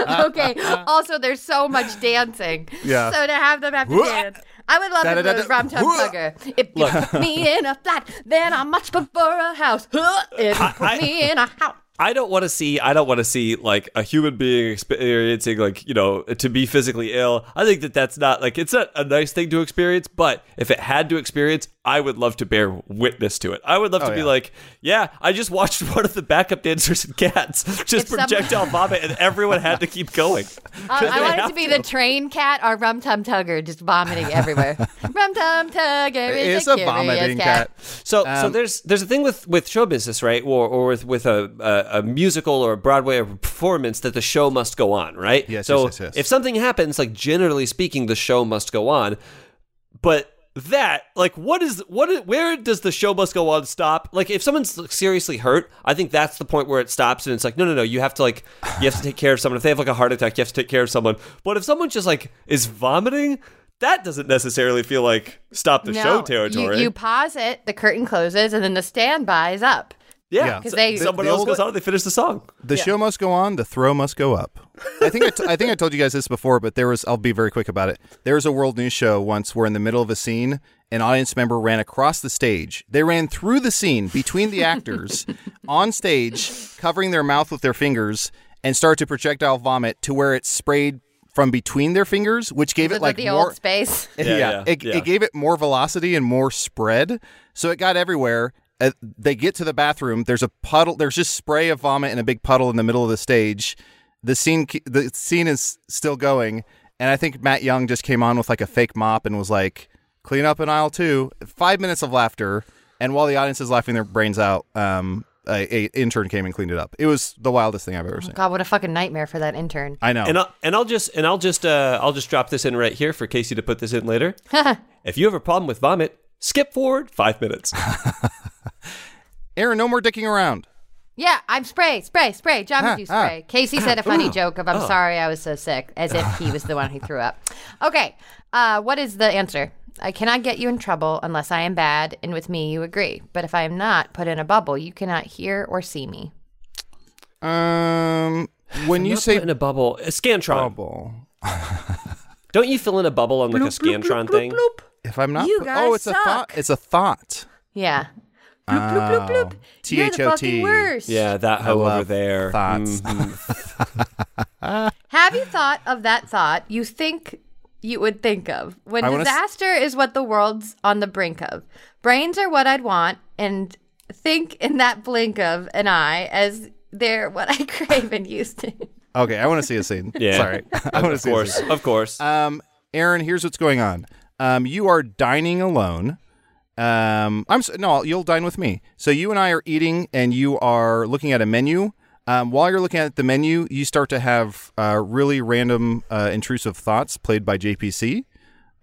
Speaker 5: uh,
Speaker 6: okay. Also, there's so much dancing.
Speaker 4: Yeah.
Speaker 6: So to have them have to
Speaker 4: Whoa.
Speaker 6: dance. I would love if it was
Speaker 4: Da-da-da-da.
Speaker 6: Ram Tum
Speaker 4: Whoa.
Speaker 6: Tugger. If you put me in a flat, then I'm much before a house. Huh. If you
Speaker 5: I-
Speaker 6: put me in a house.
Speaker 5: I don't want to see. I don't want to see like a human being experiencing like you know to be physically ill. I think that that's not like it's not a nice thing to experience. But if it had to experience, I would love to bear witness to it. I would love to be
Speaker 4: yeah.
Speaker 5: like, yeah, I just watched one of the backup dancers and cats just
Speaker 6: If someone-
Speaker 5: projectile vomit, and everyone had to keep going.
Speaker 6: I, Uh, I
Speaker 5: They
Speaker 6: want it
Speaker 5: have
Speaker 6: to be the train cat or Rum Tum Tugger just vomiting everywhere. Rum Tum Tugger is
Speaker 4: it's
Speaker 6: a,
Speaker 4: a
Speaker 6: curious
Speaker 4: vomiting
Speaker 6: cat.
Speaker 4: cat.
Speaker 5: So,
Speaker 4: Um,
Speaker 5: so there's there's a thing with with show business, right, or or with with a, a a musical or a Broadway or performance that the show must go on, right?
Speaker 4: Yes,
Speaker 5: So
Speaker 4: yes, yes, yes.
Speaker 5: if something happens, like generally speaking, the show must go on. But that, like, what is what? Is, where does the show must go on stop? Like, if someone's like, seriously hurt, I think that's the point where it stops, and it's like, no, no, no, you have to like, you have to take care of someone. If they have like a heart attack, you have to take care of someone. But if someone just like is vomiting. That doesn't necessarily feel like stop the
Speaker 6: No,
Speaker 5: show
Speaker 6: you-
Speaker 5: territory.
Speaker 6: You, pause it, the curtain closes, and then the standby is up.
Speaker 5: Yeah,
Speaker 6: 'Cause they-
Speaker 5: someone
Speaker 4: the
Speaker 5: else
Speaker 4: old-
Speaker 5: goes on. They finish the song.
Speaker 4: The show must go on. The throw must go up. I think I, t- I think I told you guys this before, but there was. I'll be very quick about it. There was a world news show once where in the middle of a scene, an audience member ran across the stage. They ran through the scene between the actors on stage, covering their mouth with their fingers, and started to projectile vomit to where it sprayed from between their fingers, which gave
Speaker 6: Is
Speaker 4: it like
Speaker 6: the
Speaker 4: more.
Speaker 6: old space?
Speaker 5: Yeah,
Speaker 4: yeah,
Speaker 5: yeah,
Speaker 4: It,
Speaker 5: yeah.
Speaker 4: it gave it more velocity and more spread so it got everywhere uh, they get to the bathroom there's a puddle there's just spray of vomit and a big puddle in the middle of the stage the scene ke- the scene is still going And I think Matt Young just came on with like a fake mop and was like, clean up in aisle two. Five minutes of laughter. And while the audience is laughing their brains out, um, a, a intern came and cleaned it up. It was the wildest thing I've ever seen.
Speaker 6: God, what a fucking nightmare for that intern.
Speaker 4: I know.
Speaker 5: And I'll, and I'll just and I'll just uh, I'll just drop this in right here for Casey to put this in later. if you have a problem with vomit, skip forward five minutes.
Speaker 4: Aaron, no more dicking around.
Speaker 6: Yeah, I'm spray, spray, spray, Jamba
Speaker 4: Ah,
Speaker 6: Juice
Speaker 4: ah.
Speaker 6: spray. Casey said a funny joke of "I'm sorry, I was so sick," as if he was the one who threw up. Okay, uh, what is the answer? I cannot get you in trouble unless I am bad, and with me you agree. But if I am not put in a bubble, you cannot hear or see me.
Speaker 4: Um, when you say
Speaker 5: in a bubble, a scantron.
Speaker 4: bubble,
Speaker 5: Don't you fill in a bubble on like a scantron thing?
Speaker 4: if I'm not,
Speaker 6: You
Speaker 4: oh,
Speaker 6: guys
Speaker 4: it's a thought.
Speaker 6: suck.
Speaker 4: It's a thought.
Speaker 6: Yeah. Bloop bloop bloop bloop. You're the
Speaker 4: THOT.
Speaker 6: fucking worst.
Speaker 5: Yeah, that hoe over
Speaker 4: love
Speaker 5: there.
Speaker 4: thoughts.
Speaker 5: Mhm.
Speaker 6: Have you thought of that thought you think you would think of? When
Speaker 4: I wanna s-
Speaker 6: disaster is what the world's on the brink of. Brains are what I'd want and think in that blink of an eye as they're what I crave in Houston.
Speaker 4: Okay, I want to see a scene.
Speaker 5: Yeah.
Speaker 4: Sorry, I want to
Speaker 5: Of
Speaker 4: see. a
Speaker 5: course,
Speaker 4: scene.
Speaker 5: of course.
Speaker 4: Um, Aaron, here's what's going on. Um, you are dining alone. Um, I'm s- no, you'll dine with me. So you and I are eating, and you are looking at a menu. Um, while you're looking at the menu, you start to have uh, really random, uh, intrusive thoughts played by JPC,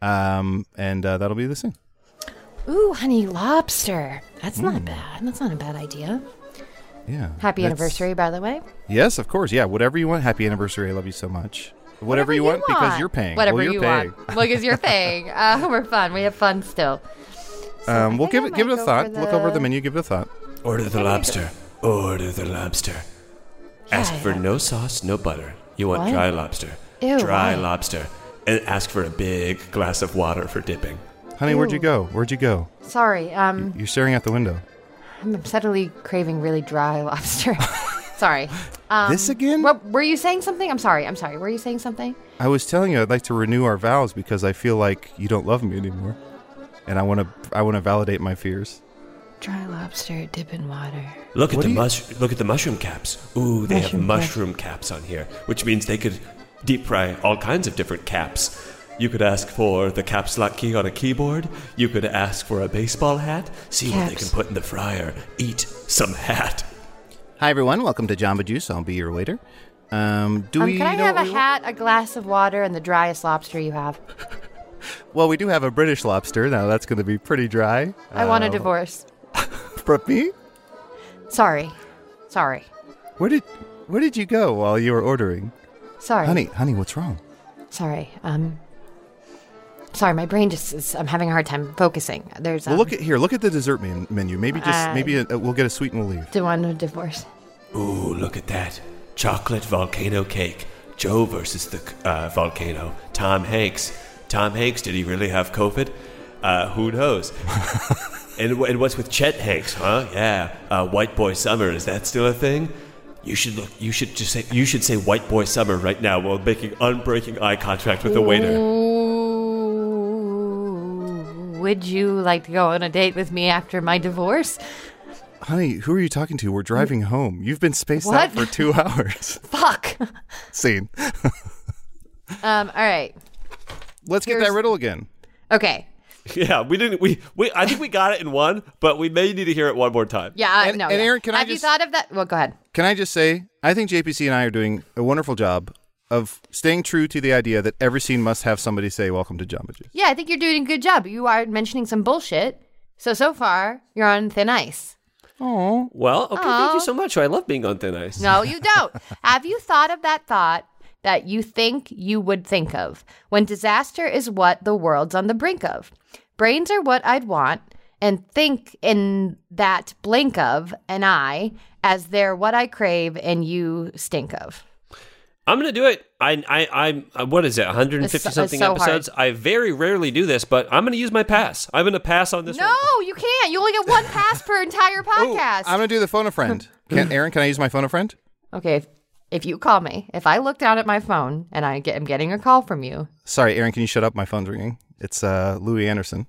Speaker 4: um, and uh, that'll be the scene.
Speaker 6: Ooh, honey lobster. That's not bad. That's not a bad idea.
Speaker 4: Yeah.
Speaker 6: Happy
Speaker 4: Hmm. That's-
Speaker 6: anniversary, by the way.
Speaker 4: Yes, of course. Yeah, whatever you want. Happy anniversary. I love you so much. Whatever, you, want, because you're paying.
Speaker 6: Whatever
Speaker 4: Well,
Speaker 6: you
Speaker 4: you're paying.
Speaker 6: want. Because you're paying. Uh, we're fun. We have fun still.
Speaker 4: Um, we'll
Speaker 6: think
Speaker 4: give
Speaker 6: I
Speaker 4: it give it
Speaker 6: might
Speaker 4: a
Speaker 6: go
Speaker 4: thought.
Speaker 6: for
Speaker 4: Look over the
Speaker 6: the-
Speaker 4: menu. Give it a thought.
Speaker 5: Order the lobster. Order the lobster. Ask
Speaker 6: Yeah,
Speaker 5: for
Speaker 6: yeah.
Speaker 5: no sauce, no butter. You want
Speaker 6: What?
Speaker 5: dry lobster.
Speaker 6: Ew,
Speaker 5: dry
Speaker 6: why?
Speaker 5: lobster. And ask for a big glass of water for dipping.
Speaker 4: Honey, where'd you
Speaker 6: Ew.
Speaker 4: go? Where'd you go?
Speaker 6: Sorry. Um,
Speaker 4: You're staring out the window.
Speaker 6: I'm suddenly craving really dry lobster. sorry. Um,
Speaker 4: This again?
Speaker 6: What, were you saying something? I'm sorry. I'm sorry. Were you saying something?
Speaker 4: I was telling you I'd like to renew our vows because I feel like you don't love me anymore, and I want to I want to validate my fears.
Speaker 6: Dry lobster dip in water.
Speaker 5: Look at
Speaker 4: What do
Speaker 5: the
Speaker 4: you-
Speaker 5: mush- look at the mushroom caps. Ooh, they have mushroom caps on here, which means they could deep fry all kinds of different caps. You could ask for the caps lock key on a keyboard. You could ask for a baseball hat. See what they
Speaker 6: Caps.
Speaker 5: can put in the fryer. Eat some hat.
Speaker 4: Hi everyone, welcome to Jamba Juice. I'll be your waiter. Um, do
Speaker 6: Um,
Speaker 4: we
Speaker 6: can I
Speaker 4: know
Speaker 6: have
Speaker 4: what
Speaker 6: a
Speaker 4: we-
Speaker 6: hat, a glass of water, and the driest lobster you have?
Speaker 4: Well, we do have a British lobster. Now that's going to be pretty dry.
Speaker 6: I want
Speaker 4: Um,
Speaker 6: a divorce.
Speaker 4: From me?
Speaker 6: Sorry. Sorry.
Speaker 4: Where did Where did you go while you were ordering?
Speaker 6: Sorry.
Speaker 4: Honey, honey, what's wrong?
Speaker 6: Sorry. Um. Sorry, my brain just is. I'm having a hard time focusing. There's um,
Speaker 4: Well, look at here. Look at the dessert men- menu. Maybe just
Speaker 6: Uh,
Speaker 4: maybe uh we'll get a sweet and we'll leave.
Speaker 6: the one with divorce.
Speaker 5: Ooh, look at that. Chocolate volcano cake. Joe versus the uh, volcano. Tom Hanks. Tom Hanks, did he really have COVID? Uh, who knows? and, wh- and what's with Chet Hanks, huh? Yeah. Uh, white boy summer, is that still a thing? You should look. You should just say. You should say "White Boy Summer" right now while making unbreaking eye contact with the waiter.
Speaker 6: Ooh, would you like to go on a date with me after my divorce?
Speaker 4: Honey, who are you talking to? We're driving home. You've been spaced out
Speaker 6: Mm. What?
Speaker 4: for two hours.
Speaker 6: Fuck.
Speaker 4: Scene.
Speaker 6: Um. All right.
Speaker 4: Let's get that
Speaker 6: Here's-
Speaker 4: riddle again.
Speaker 6: Okay.
Speaker 5: Yeah, we didn't. We, we I think we got it in one, but we may need to hear it one more time.
Speaker 6: Yeah. I-
Speaker 4: And-
Speaker 6: no.
Speaker 4: and
Speaker 6: yeah.
Speaker 4: Aaron, can I
Speaker 6: Have
Speaker 4: just-
Speaker 6: you thought of that? Well, go ahead.
Speaker 4: Can I just say, I think JPC and I are doing a wonderful job of staying true to the idea that every scene must have somebody say, Welcome to Jamba Juice.
Speaker 6: Yeah, I think you're doing a good job. You are mentioning some bullshit. So so far, you're on thin ice.
Speaker 5: Well, okay. Thank you so much. I love being on thin ice.
Speaker 6: No, you don't. Have you thought of that thought that you think you would think of when disaster is what the world's on the brink of? Brains are what I'd want and think in that blink of an eye as they're what I crave and you stink of.
Speaker 5: I'm gonna do it. I I I'm uh, what is it? 150
Speaker 6: It's so- it's
Speaker 5: something
Speaker 6: so
Speaker 5: episodes. I very rarely do this, but I'm gonna use my pass. I'm gonna pass on this.
Speaker 6: No, you can't. You only get one pass per entire podcast.
Speaker 4: Oh, I'm going to do the phone a friend. Can, Aaron, can I use my phone a friend?
Speaker 6: okay, if, if you call me, if I look down at my phone and I get, am getting a call from you,
Speaker 4: Sorry, Aaron, can you shut up? My phone's ringing. It's uh, Louis Anderson.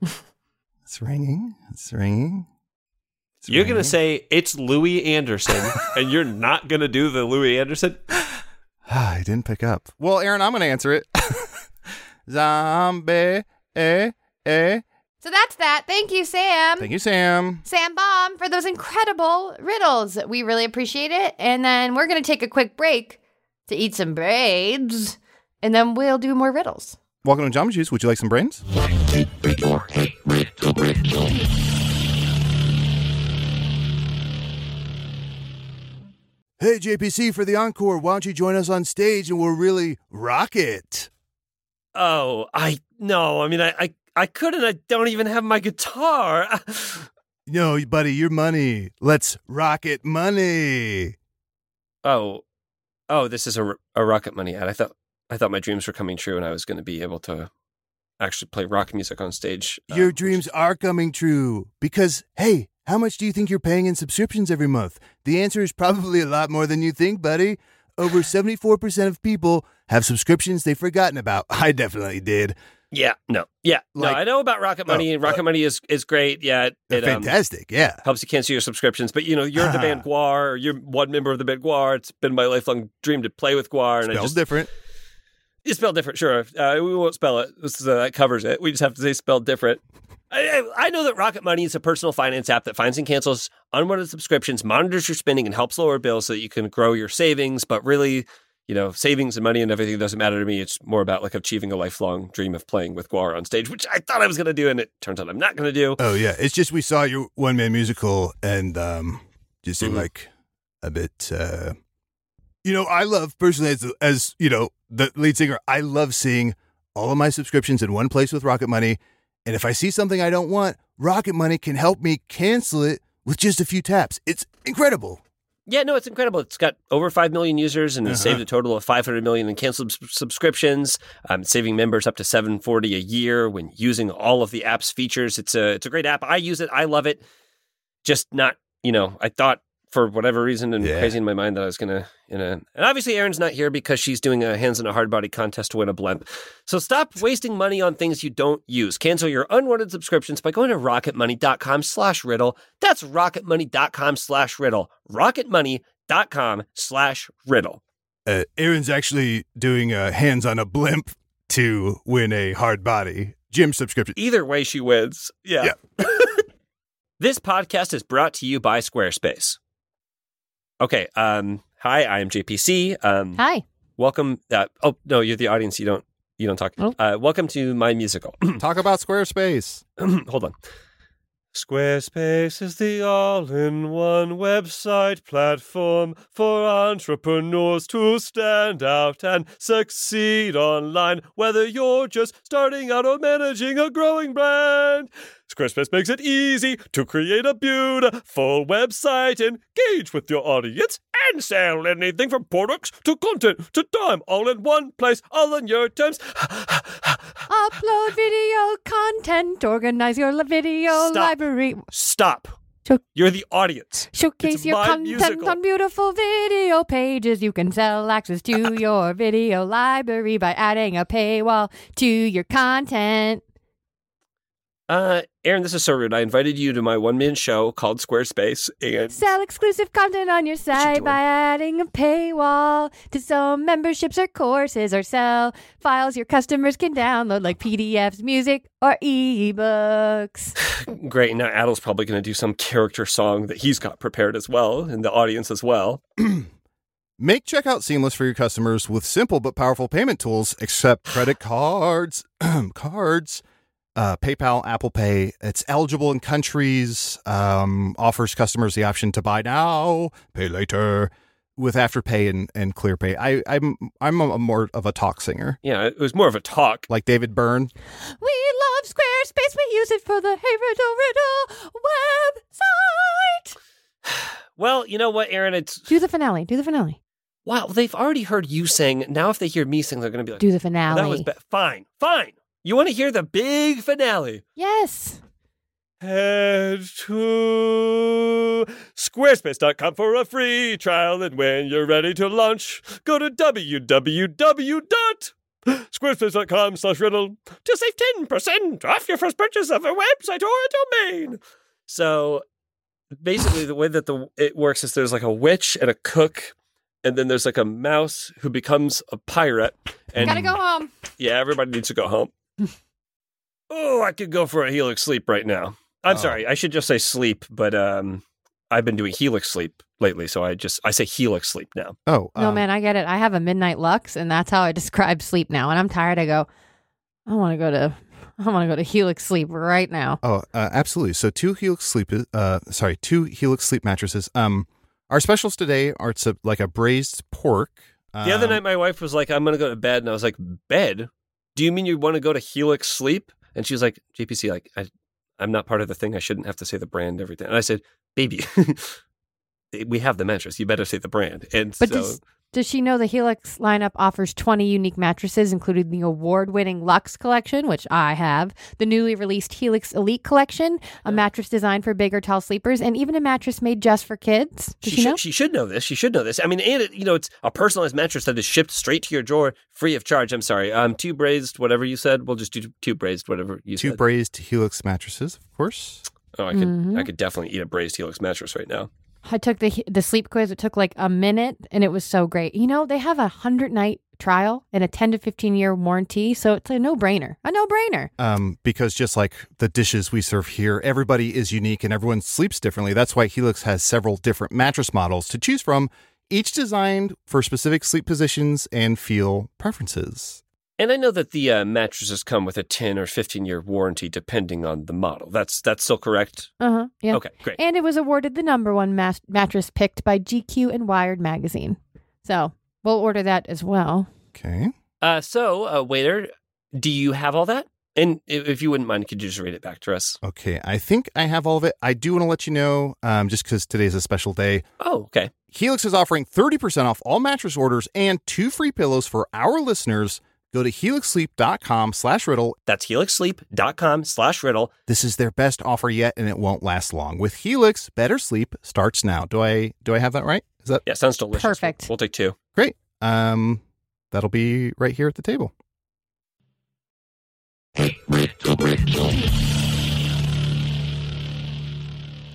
Speaker 4: it's ringing. It's ringing. It's
Speaker 5: You're gonna
Speaker 4: ringing.
Speaker 5: say it's Louis Anderson, and you're not gonna do the Louis Anderson.
Speaker 4: I didn't pick up. Well, Aaron, I'm going to answer it. Zombie. Eh, eh.
Speaker 6: So that's that. Thank you, Sam.
Speaker 4: Thank you, Sam.
Speaker 6: Sam Baum for those incredible riddles. We really appreciate it. And then we're going to take a quick break to eat some braids, and then we'll do more riddles.
Speaker 4: Welcome to Jamba Juice. Would you like some brains?
Speaker 8: Hey, JPC, for the encore, why don't you join us on stage and we'll really rock it?
Speaker 5: Oh, I no. I mean, I, I, I couldn't. I don't even have my guitar.
Speaker 8: No, buddy, your money. Let's rock it money.
Speaker 5: Oh, oh, this is a, r- a Rocket Money ad. I thought I thought my dreams were coming true, and I was going to be able to actually play rock music on stage. uh,
Speaker 8: Your
Speaker 5: which-
Speaker 8: dreams are coming true because, hey, how much do you think you're paying in subscriptions every month? The answer is probably a lot more than you think, buddy. Over 74% of people have subscriptions they've forgotten about. I definitely did.
Speaker 5: Yeah, no, yeah,
Speaker 8: Like-
Speaker 5: no. I know about Rocket
Speaker 8: Oh,
Speaker 5: Money. and Rocket Money is is great. Yeah, it,
Speaker 8: They're
Speaker 5: it, um,
Speaker 8: fantastic, yeah.
Speaker 5: helps you cancel your subscriptions. But you know, you're the band Guar. Or you're one member of the band Guar. It's been my lifelong dream to play with Guar, and I
Speaker 8: Spelled
Speaker 5: just
Speaker 8: different.
Speaker 5: It's spelled different, sure. Uh, we won't spell it. So that covers it. We just have to say spelled different. I, I I know that Rocket Money is a personal finance app that finds and cancels unwanted subscriptions, monitors your spending, and helps lower bills so that you can grow your savings. But really, you know, savings and money and everything doesn't matter to me. It's more about like achieving a lifelong dream of playing with Guar on stage, which I thought I was going to do, and it turns out I'm not going to do.
Speaker 8: Oh, yeah. It's just we saw your one man musical and um, just seemed
Speaker 4: Mm-hmm.
Speaker 5: Mhm.
Speaker 8: like a bit. Uh, you know, I love personally, as, as you know, the lead singer, I love seeing all of my subscriptions in one place with Rocket Money. And if I see something I don't want, Rocket Money can help me cancel it with just a few taps. It's incredible.
Speaker 5: Yeah, no, it's incredible. It's got over 5 million users and has saved a total of 500 million in canceled s- subscriptions, um, saving members up to 740 a year when using all of the app's features. It's a it's a great app. I use it. I love it. Just not, you know, I thought for whatever reason and
Speaker 8: Yeah.
Speaker 5: crazy in my mind that I was going to, you know. And obviously Erin's not here because she's doing a hands in a hard body contest to win a blimp. So stop wasting money on things you don't use. Cancel your unwanted subscriptions by going to rocketmoney.com slash riddle. That's rocketmoney.com slash riddle. Rocketmoney.com slash riddle.
Speaker 8: Uh, Aaron's actually doing uh, hands on a blimp to win a hard body gym subscription.
Speaker 5: Either way, she wins. Yeah. this podcast is brought to you by Squarespace. Okay. Um, hi, I am JPC. Um,
Speaker 6: Hi.
Speaker 5: Welcome. Uh, oh, no, you're the audience. You don't. You don't talk.
Speaker 6: Oh.
Speaker 5: Uh, welcome to my musical.
Speaker 4: Talk about Squarespace.
Speaker 5: hold on. Squarespace is the all in one website platform for entrepreneurs to stand out and succeed online, whether you're just starting out or managing a growing brand. Squarespace makes it easy to create a beautiful website, engage with your audience, and sell anything from products to content to time all in one place, all on your terms.
Speaker 6: Upload video content. Organize your li- video
Speaker 5: Stop.
Speaker 6: library.
Speaker 5: Stop.
Speaker 6: Cho-
Speaker 5: You're the audience.
Speaker 6: Showcase
Speaker 5: It's
Speaker 6: your
Speaker 5: my
Speaker 6: content
Speaker 5: musical.
Speaker 6: on beautiful video pages. You can sell access to your video library by adding a paywall to your content.
Speaker 5: Uh, Aaron, this is so rude. I invited you to my one man show called Squarespace, and
Speaker 6: Sell exclusive content on your site
Speaker 5: doing?
Speaker 6: by adding a paywall to some memberships or courses or sell files your customers can download like PDFs, music, or ebooks.
Speaker 5: great. Now Adle's probably going to do some character song that he's got prepared as well, and the audience as well.
Speaker 4: Make checkout seamless for your customers with simple but powerful payment tools, except credit cards, cards, uh, PayPal, Apple Pay. It's eligible in countries. Um, offers customers the option to buy now, pay later, with Afterpay and and ClearPay. I, I'm I'm a, more of a talk singer,
Speaker 5: Yeah, it was more of a talk.
Speaker 4: like David Byrne.
Speaker 6: We love Squarespace. We use it for the Hey Riddle Riddle website.
Speaker 5: Well, you know what, Aaron? It's
Speaker 6: Do the finale. Do the finale.
Speaker 5: wow. They've already heard you sing. Now, if they hear me sing, they're going to be like,
Speaker 6: Do the
Speaker 5: "Well,
Speaker 6: finale.
Speaker 5: "That was ba- fine, fine." You want to hear the big finale?
Speaker 6: yes.
Speaker 5: Head to squarespace.com for a free trial, and when you're ready to launch, go to www.squarespace.com slash riddle to save 10% off your first purchase of a website or a domain. So basically, the way that the it works is there's like a witch and a cook and then there's like a mouse who becomes a pirate. And
Speaker 6: Gotta go home.
Speaker 5: yeah, everybody needs to go home. oh, I could go for a helix sleep right now. I'm
Speaker 8: Oh.
Speaker 5: sorry, I should just say sleep, but um, I've been doing helix sleep lately, so I just I say helix sleep now.
Speaker 4: Oh,
Speaker 6: No,
Speaker 4: um,
Speaker 6: man, I get it. I have a midnight lux, and that's how I describe sleep now. And I'm tired. I go, I want to go to, I want to go to Helix sleep right now.
Speaker 4: Oh, uh, absolutely. So two Helix sleep, uh, sorry, two Helix sleep mattresses. Um, our specials today are it's a, like a braised pork. Um,
Speaker 5: The other night, my wife was like, "I'm gonna go to bed," and I was like, "Bed? Do you mean you want to go to helix sleep?" And she was like, "JPC, like I, I'm not part of the thing. I shouldn't have to say the brand every time." And I said, "Baby." We have the mattress. You better say the brand. And
Speaker 6: But
Speaker 5: so,
Speaker 6: does does she know the Helix lineup offers 20 unique mattresses, including the award-winning Lux collection, which I have, the newly released Helix Elite collection, a mattress designed for big or tall sleepers, and even a mattress made just for kids. Does she,
Speaker 5: should,
Speaker 6: know?
Speaker 5: she should know this. She should know this. I mean, and it, you know, it's a personalized mattress that is shipped straight to your drawer, free of charge. I'm sorry. Um, two braised, whatever you said. We'll just do two braised, whatever you
Speaker 4: two
Speaker 5: said.
Speaker 4: braised Helix mattresses, of course.
Speaker 5: oh, I could,
Speaker 6: Mhm.
Speaker 5: I could definitely eat a braised Helix mattress right now.
Speaker 6: I took the the sleep quiz. It took like a minute, and it was so great. You know, they have a hundred night trial and a ten to fifteen year warranty, so it's a no brainer. A no brainer.
Speaker 4: Um, because just like the dishes we serve here, everybody is unique and everyone sleeps differently. That's why Helix has several different mattress models to choose from, each designed for specific sleep positions and feel preferences.
Speaker 5: And I know that the uh, mattresses come with a 10 or 15 year warranty, depending on the model. That's that's still correct.
Speaker 6: Uh huh. Yeah.
Speaker 5: Okay, great.
Speaker 6: And it was awarded the number one mas- mattress picked by GQ and Wired magazine. So we'll order that as well.
Speaker 4: Okay.
Speaker 5: Uh, so, uh, waiter, do you have all that? And i- if you wouldn't mind, could you just read it back to us?
Speaker 4: Okay. I think I have all of it. I do want to let you know, um, just because today's a special day,
Speaker 5: Oh, okay.
Speaker 4: Helix is offering 30% off all mattress orders and two free pillows for our listeners. Go to helixsleep.com slash riddle.
Speaker 5: That's helixsleep.com slash riddle.
Speaker 4: This is their best offer yet, and it won't last long. With Helix, better sleep starts now. Do I do I have that right? Is that
Speaker 5: Yeah, sounds delicious. We'll-
Speaker 6: Perfect.
Speaker 5: we'll take two.
Speaker 4: great? Um, that'll be right here at the table.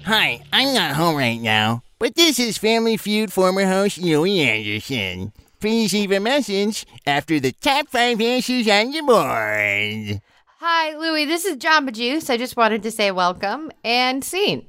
Speaker 7: Hi, I'm not home right now, but this is Family Feud former host Yoey Anderson. Please leave a message after the top five answers on the board.
Speaker 6: Hi, Louie. This is Jamba Juice. I just wanted to say welcome and scene.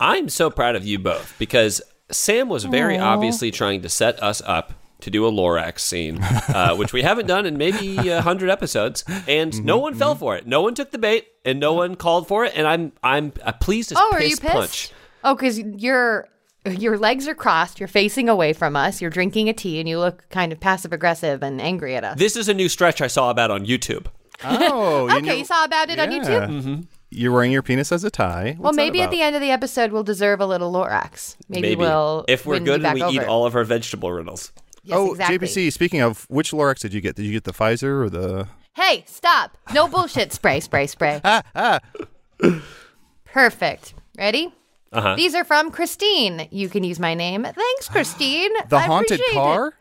Speaker 9: I'm so proud of you both because Sam was very obviously trying to set us up to do a Lorax scene, uh, which we haven't done in maybe a hundred episodes, and no one fell for it. No one took the bait, and no one called for it. And I'm I'm uh, pleased as
Speaker 6: Oh, are
Speaker 9: piss
Speaker 6: you pissed?
Speaker 9: punch.
Speaker 6: Oh, because your your legs are crossed. You're facing away from us. You're drinking a tea, and you look kind of passive aggressive and angry at us.
Speaker 9: This is a new stretch I saw about on YouTube.
Speaker 4: Oh, you
Speaker 6: okay, you saw about it on YouTube.
Speaker 4: Mm-hmm. You're wearing your penis as a tie.
Speaker 6: Well, maybe at the end of the episode, we'll deserve a little Lorax. Maybe, we'll
Speaker 9: if we're
Speaker 6: win
Speaker 9: good
Speaker 6: you back
Speaker 9: and we
Speaker 6: over.
Speaker 9: eat all of our vegetable riddles.
Speaker 6: Yes,
Speaker 4: oh,
Speaker 6: exactly.
Speaker 4: JPC. Speaking of, which Lorax did you get? Did you get the Pfizer or the?
Speaker 6: Hey, stop! No bullshit. spray, spray, spray. Perfect. Ready?
Speaker 9: Uh-huh.
Speaker 6: These are from Christine. You can use my name. Thanks, Christine.
Speaker 4: The
Speaker 6: I
Speaker 4: haunted
Speaker 6: appreciate it. Um,
Speaker 4: car?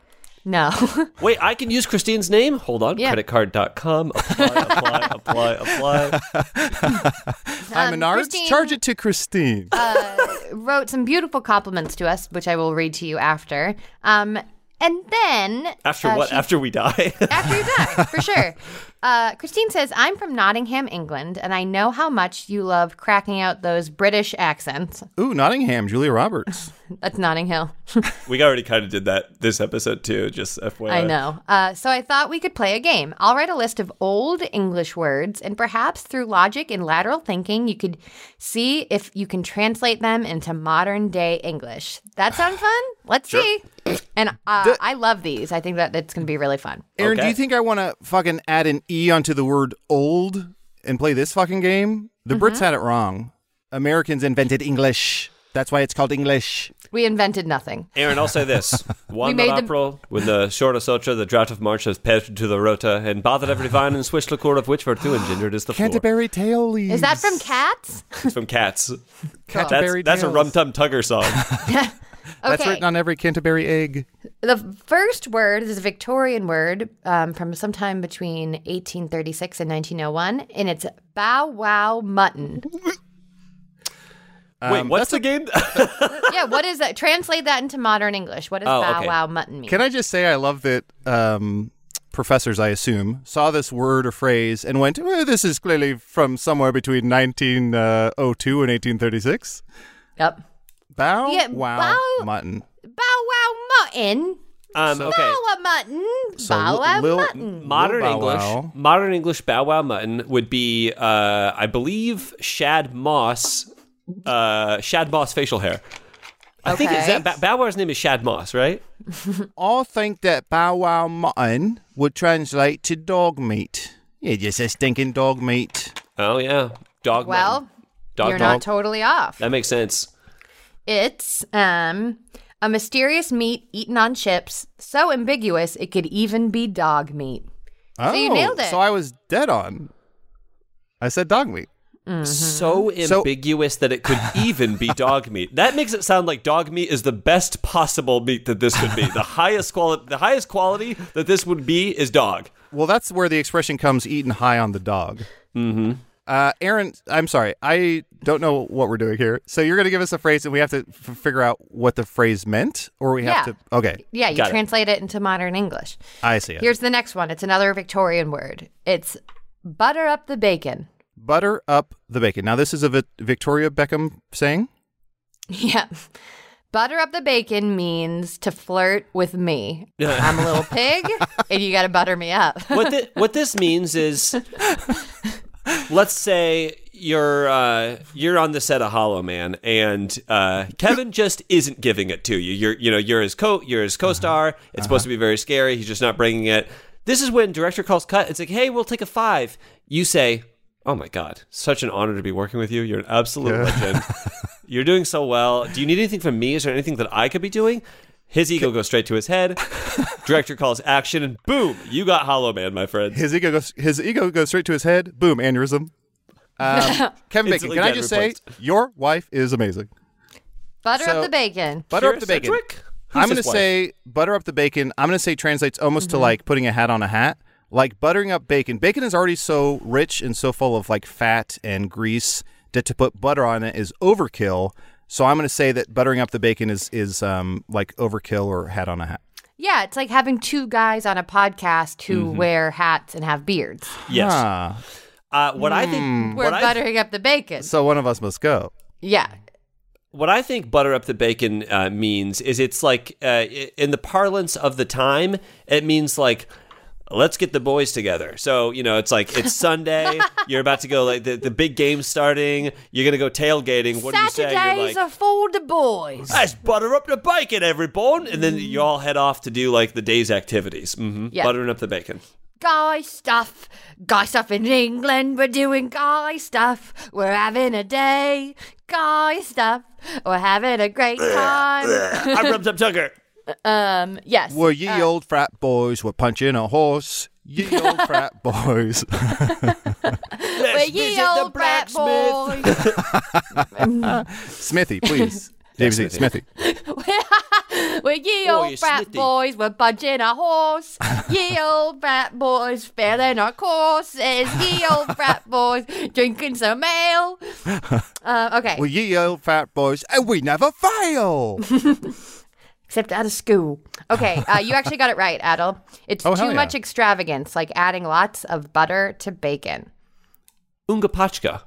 Speaker 6: No.
Speaker 9: Wait, I can use Christine's name? Hold on.
Speaker 6: Yeah.
Speaker 9: Creditcard.com. Apply, apply, apply, apply.
Speaker 4: I'm
Speaker 6: Um,
Speaker 4: an arts.
Speaker 6: Christine- Uh,
Speaker 4: Charge it to Christine.
Speaker 6: wrote some beautiful compliments to us, which I will read to you after. Um, and then
Speaker 9: After
Speaker 6: uh,
Speaker 9: what?
Speaker 6: she-
Speaker 9: After we die?
Speaker 6: after you die, for sure. Uh, Christine says, "I'm from Nottingham, England, and I know how much you love cracking out those British accents."
Speaker 4: Ooh, Nottingham, Julia Roberts.
Speaker 6: That's Notting Hill.
Speaker 9: we already kind of did that this episode too. Just FYI.
Speaker 6: I know. Uh, so I thought we could play a game. I'll write a list of old English words, and perhaps through logic and lateral thinking, you could see if you can translate them into modern day English. That sound fun? Let's see. And uh, I love these. I think that it's going to be really fun.
Speaker 4: Aaron, do
Speaker 9: Okay.
Speaker 4: you think I want to fucking add an E onto the word old and play this fucking game? The Brits
Speaker 6: Mm-hmm.
Speaker 4: had it wrong. Americans invented English. That's why it's called English.
Speaker 6: We invented nothing.
Speaker 9: Aaron, I'll say this. One
Speaker 6: made
Speaker 9: that
Speaker 6: them-
Speaker 9: April, when the short of Sotra, the drought of March has pegged to the rota, and bothered every vine and swish liqueur of which virtue engendered is the floor.
Speaker 4: Canterbury Tale Leaves.
Speaker 6: Is that from Cats?
Speaker 9: It's from Cats. That's,
Speaker 4: Canterbury
Speaker 9: that's a
Speaker 4: Tales.
Speaker 9: Rum Tum Tugger song.
Speaker 4: That's
Speaker 6: Okay.
Speaker 4: written on every Canterbury egg.
Speaker 6: The first word is a Victorian word um, from sometime between oh 1836 and 1901, and it's bow wow mutton.
Speaker 5: Wait,
Speaker 4: Um,
Speaker 5: what's the game?
Speaker 6: yeah, what is that? Translate that into modern English. What does
Speaker 5: Oh,
Speaker 6: bow
Speaker 5: okay.
Speaker 6: wow mutton mean?
Speaker 4: Can I just say I love that um, professors, I assume, saw this word or phrase and went, well, this is clearly from somewhere between 1902 and 1836.
Speaker 6: Yep.
Speaker 4: Bow,
Speaker 6: Yeah,
Speaker 4: wow,
Speaker 6: bow-
Speaker 4: mutton.
Speaker 6: Bow wow mutton.
Speaker 5: um, okay.
Speaker 6: Bow wow mutton.
Speaker 4: So
Speaker 6: Bow wow
Speaker 4: Lil-
Speaker 6: mutton.
Speaker 5: Modern
Speaker 4: Lil Bow
Speaker 5: English,
Speaker 4: Wow.
Speaker 5: modern English bow wow mutton would be, uh, I believe, Shad Moss, uh, Shad Moss facial hair. I think is
Speaker 6: Okay.
Speaker 5: that ba- Bow Wow's name is Shad Moss, right?
Speaker 4: I think that bow wow mutton would translate to dog meat. Yeah, just a stinking dog meat.
Speaker 5: Oh yeah, dog.
Speaker 6: Well,
Speaker 5: mutton. dog
Speaker 6: you're
Speaker 5: dog.
Speaker 6: not totally off.
Speaker 5: that makes sense.
Speaker 6: It's um a mysterious meat eaten on chips, so ambiguous it could even be dog meat.
Speaker 4: Oh,
Speaker 6: you nailed it.
Speaker 4: So I was dead on. I said dog meat.
Speaker 5: So ambiguous that it could even be dog meat. That makes it sound like dog meat is the best possible meat that this could be. The highest quality, the highest quality that this would be is dog.
Speaker 4: Well, that's where the expression comes eating high on the dog. Mm hmm.
Speaker 5: Mm-hmm.
Speaker 4: Uh, Aaron, I'm sorry. I don't know what we're doing here. So you're going to give us a phrase and we have to f- figure out what the phrase meant or we have
Speaker 6: Yeah.
Speaker 4: to. Okay.
Speaker 6: Yeah, you
Speaker 5: Got it.
Speaker 6: translate it. into modern English.
Speaker 4: I see it.
Speaker 6: Here's the next one. It's another Victorian word. It's butter up the bacon.
Speaker 4: Butter up the bacon. Now, this is a Vi- Victoria Beckham saying.
Speaker 6: Yeah. Butter up the bacon means to flirt with me. I'm a little pig and you got to butter me up.
Speaker 5: what thi- what this means is, let's say you're uh, you're on the set of Hollow Man, and uh, Kevin just isn't giving it to you. You're you know you're his co you're his co-star. It's supposed to be very scary. He's just not bringing it. This is when director calls cut. It's like, hey, we'll take a five. You say, oh my god, such an honor to be working with you. You're an absolute legend. You're doing so well. Do you need anything from me? Is there anything that I could be doing? His ego goes straight to his head. Director calls action, and boom, you got Hollow Man, my friend.
Speaker 4: His ego goes, his ego goes straight to his head. Boom, aneurysm. Um, Kevin Bacon,
Speaker 5: Instantly
Speaker 4: can I
Speaker 5: dead
Speaker 4: just
Speaker 5: replaced.
Speaker 4: say, your wife is amazing.
Speaker 6: Butter
Speaker 4: So-
Speaker 6: up the bacon.
Speaker 4: Butter up the
Speaker 5: Kira
Speaker 4: bacon.
Speaker 5: Sedgwick? Who's
Speaker 4: I'm going to
Speaker 5: his wife?
Speaker 4: say butter up the bacon. I'm going to say translates almost to like putting a hat on a hat. Like buttering up bacon. Bacon is already so rich and so full of like fat and grease that to put butter on it is overkill. So I'm going to say that buttering up the bacon is is um, like overkill or hat on a hat.
Speaker 6: Yeah, it's like having two guys on a podcast who
Speaker 5: Mm-hmm.
Speaker 6: wear hats and have beards.
Speaker 5: Yes.
Speaker 4: Ah,
Speaker 5: Uh, what I think
Speaker 6: We're
Speaker 5: what I,
Speaker 6: buttering up the bacon.
Speaker 4: so one of us must go.
Speaker 6: yeah.
Speaker 5: what I think butter up the bacon uh, means is it's like uh, i- in the parlance of the time, it means like let's get the boys together. So you know, it's like it's Sunday. you're about to go like the, the big game's starting. You're gonna go tailgating. What do you say? You're
Speaker 6: Saturdays
Speaker 5: like,
Speaker 6: are for the boys.
Speaker 5: Let's butter up the bacon, everyone, and then you all head off to do like the day's activities. hmm
Speaker 6: Mm. Yeah.
Speaker 5: Buttering up the bacon.
Speaker 6: Guy stuff. Guy stuff in England. We're doing guy stuff. We're having a day. Guy stuff. We're having a great time.
Speaker 5: I'm Rub Tub Tucker.
Speaker 6: um, yes.
Speaker 4: Well, ye
Speaker 5: Ah.
Speaker 4: old frat boys were punching a horse. Ye old frat boys.
Speaker 6: We're
Speaker 5: Let's
Speaker 6: ye
Speaker 5: visit the
Speaker 6: old brat
Speaker 5: blacksmith.
Speaker 6: boys.
Speaker 4: Smithy, please. David Smithy. Smithy.
Speaker 6: We're ye
Speaker 5: Oh,
Speaker 6: old
Speaker 5: you
Speaker 6: brat
Speaker 5: smithy.
Speaker 6: boys. We're punching a horse. ye old brat boys. Failing our courses. Ye old brat boys. Drinking some ale. Uh, okay.
Speaker 4: Well, ye old frat boys, and we never fail.
Speaker 6: except out of school. Okay, uh, you actually got it right, Adel. It's
Speaker 4: Oh,
Speaker 6: too
Speaker 4: hell yeah.
Speaker 6: much extravagance, like adding lots of butter to bacon.
Speaker 5: Ungapachka.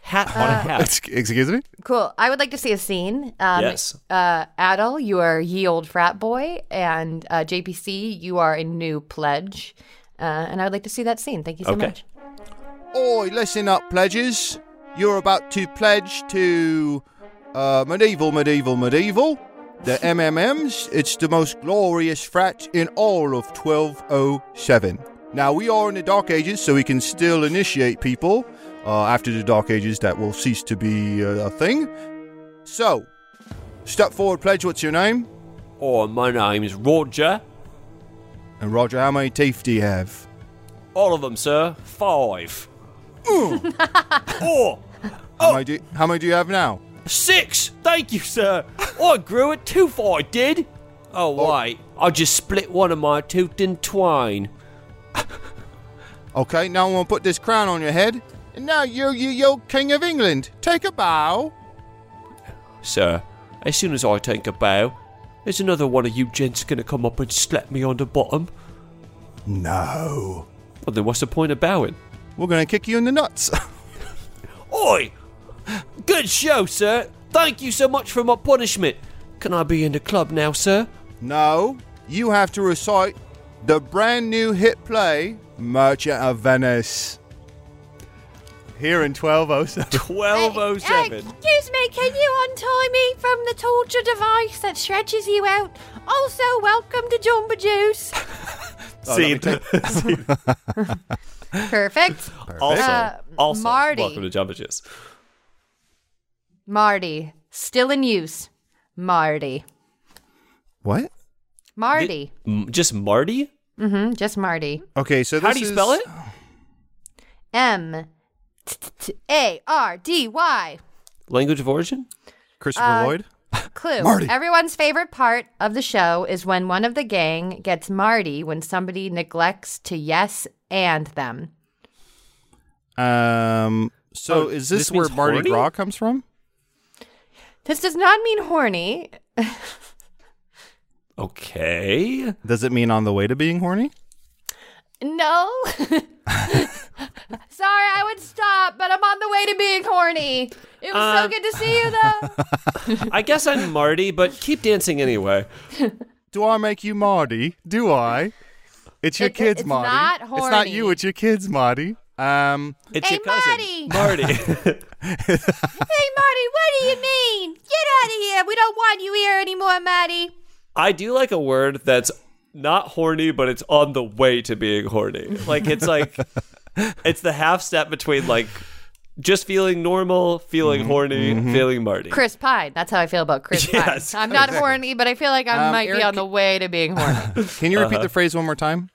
Speaker 5: Hat
Speaker 6: Uh,
Speaker 5: on a hat.
Speaker 4: Excuse me.
Speaker 6: Cool. I would like to see a scene. Um,
Speaker 5: Yes.
Speaker 6: Uh, Adel, you are ye old frat boy, and uh, JPC, you are a new pledge. Uh, and I would like to see that scene. Thank you so
Speaker 5: Okay.
Speaker 6: much.
Speaker 4: Oi, listen up, pledges. You're about to pledge to uh, medieval, medieval, medieval. The MMMs. It's the most glorious frat in all of 1207. Now, we are in the Dark Ages, so we can still initiate people. Uh, after the Dark Ages, that will cease to be uh, a thing. So, step forward, pledge. What's your name?
Speaker 5: Oh, my name's Roger.
Speaker 4: And Roger, how many teeth do you have?
Speaker 5: All of them, sir. Five. oh,
Speaker 4: How, many do, how many do you have now?
Speaker 5: six. Thank you, sir. I grew it tooth. I did. Oh wait, I just split one of my tooth in twine.
Speaker 4: Okay, now I'm gonna put this crown on your head. And now you're you, you king of England. Take a bow.
Speaker 5: sir. As soon as I take a bow, there's another one of you gents gonna come up and slap me on the bottom.
Speaker 8: No.
Speaker 5: Well, then what's the point of bowing?
Speaker 4: We're going to kick you in the nuts.
Speaker 5: Oi! Good show, sir. Thank you so much for my punishment. Can I be in the club now, sir?
Speaker 4: no.
Speaker 8: You have to recite the brand new hit play, Merchant of Venice. Here in 1207.
Speaker 6: Hey,
Speaker 5: 1207.
Speaker 6: hey, excuse me, can you untie me from the torture device that stretches you out? Also, welcome to Jumba Juice.
Speaker 5: See,
Speaker 6: uh, Perfect.
Speaker 5: also,
Speaker 6: Uh,
Speaker 5: also,
Speaker 6: Marty.
Speaker 5: welcome to Jumba Juice.
Speaker 6: Marty, still in use. Marty.
Speaker 4: What?
Speaker 6: Marty.
Speaker 5: M- Just Marty?
Speaker 6: hmm just Marty.
Speaker 4: Okay, so this
Speaker 5: How do you
Speaker 4: is- uh,
Speaker 5: spell it?
Speaker 6: M T- T- T- A R D Y.
Speaker 5: Language of origin?
Speaker 4: Christopher Lloyd?
Speaker 6: Clue.
Speaker 4: Marty.
Speaker 6: Everyone's favorite part of the show is when one of the gang gets Marty when somebody neglects to yes and them.
Speaker 4: Um. So
Speaker 5: Oh,
Speaker 4: is this,
Speaker 5: this
Speaker 4: where
Speaker 5: means
Speaker 4: Mardi
Speaker 5: horny?
Speaker 4: Gras comes from?
Speaker 6: This does not mean horny.
Speaker 5: Okay.
Speaker 4: Does it mean on the way to being horny?
Speaker 6: No. Sorry, I would stop, but I'm on the way to being horny. It was
Speaker 5: Uh,
Speaker 6: so good to see you, though.
Speaker 5: I guess I'm Marty, but keep dancing anyway.
Speaker 4: Do I make you Marty? Do I? It's your
Speaker 6: It- it-
Speaker 4: kids,
Speaker 6: it's
Speaker 4: Marty.
Speaker 6: not
Speaker 4: It's not you.
Speaker 6: horny.
Speaker 4: It's your kids, Marty. Um.
Speaker 5: It's
Speaker 6: Hey,
Speaker 5: your cousin. Marty.
Speaker 6: hey, Marty, what do you mean? Get out of here. We don't want you here anymore, Marty.
Speaker 5: I do like a word that's not horny, but it's on the way to being horny. Like it's like it's the half step between like just feeling normal, feeling
Speaker 4: Mm-hmm.
Speaker 5: horny, feeling Marty.
Speaker 6: Chris Pine. That's how I feel about Chris
Speaker 5: Yes,
Speaker 6: Pine. I'm not horny, but I feel like I
Speaker 4: Um,
Speaker 6: might
Speaker 4: Eric-
Speaker 6: be on the way to being horny.
Speaker 4: Can you repeat
Speaker 5: Uh-huh.
Speaker 4: the phrase one more time?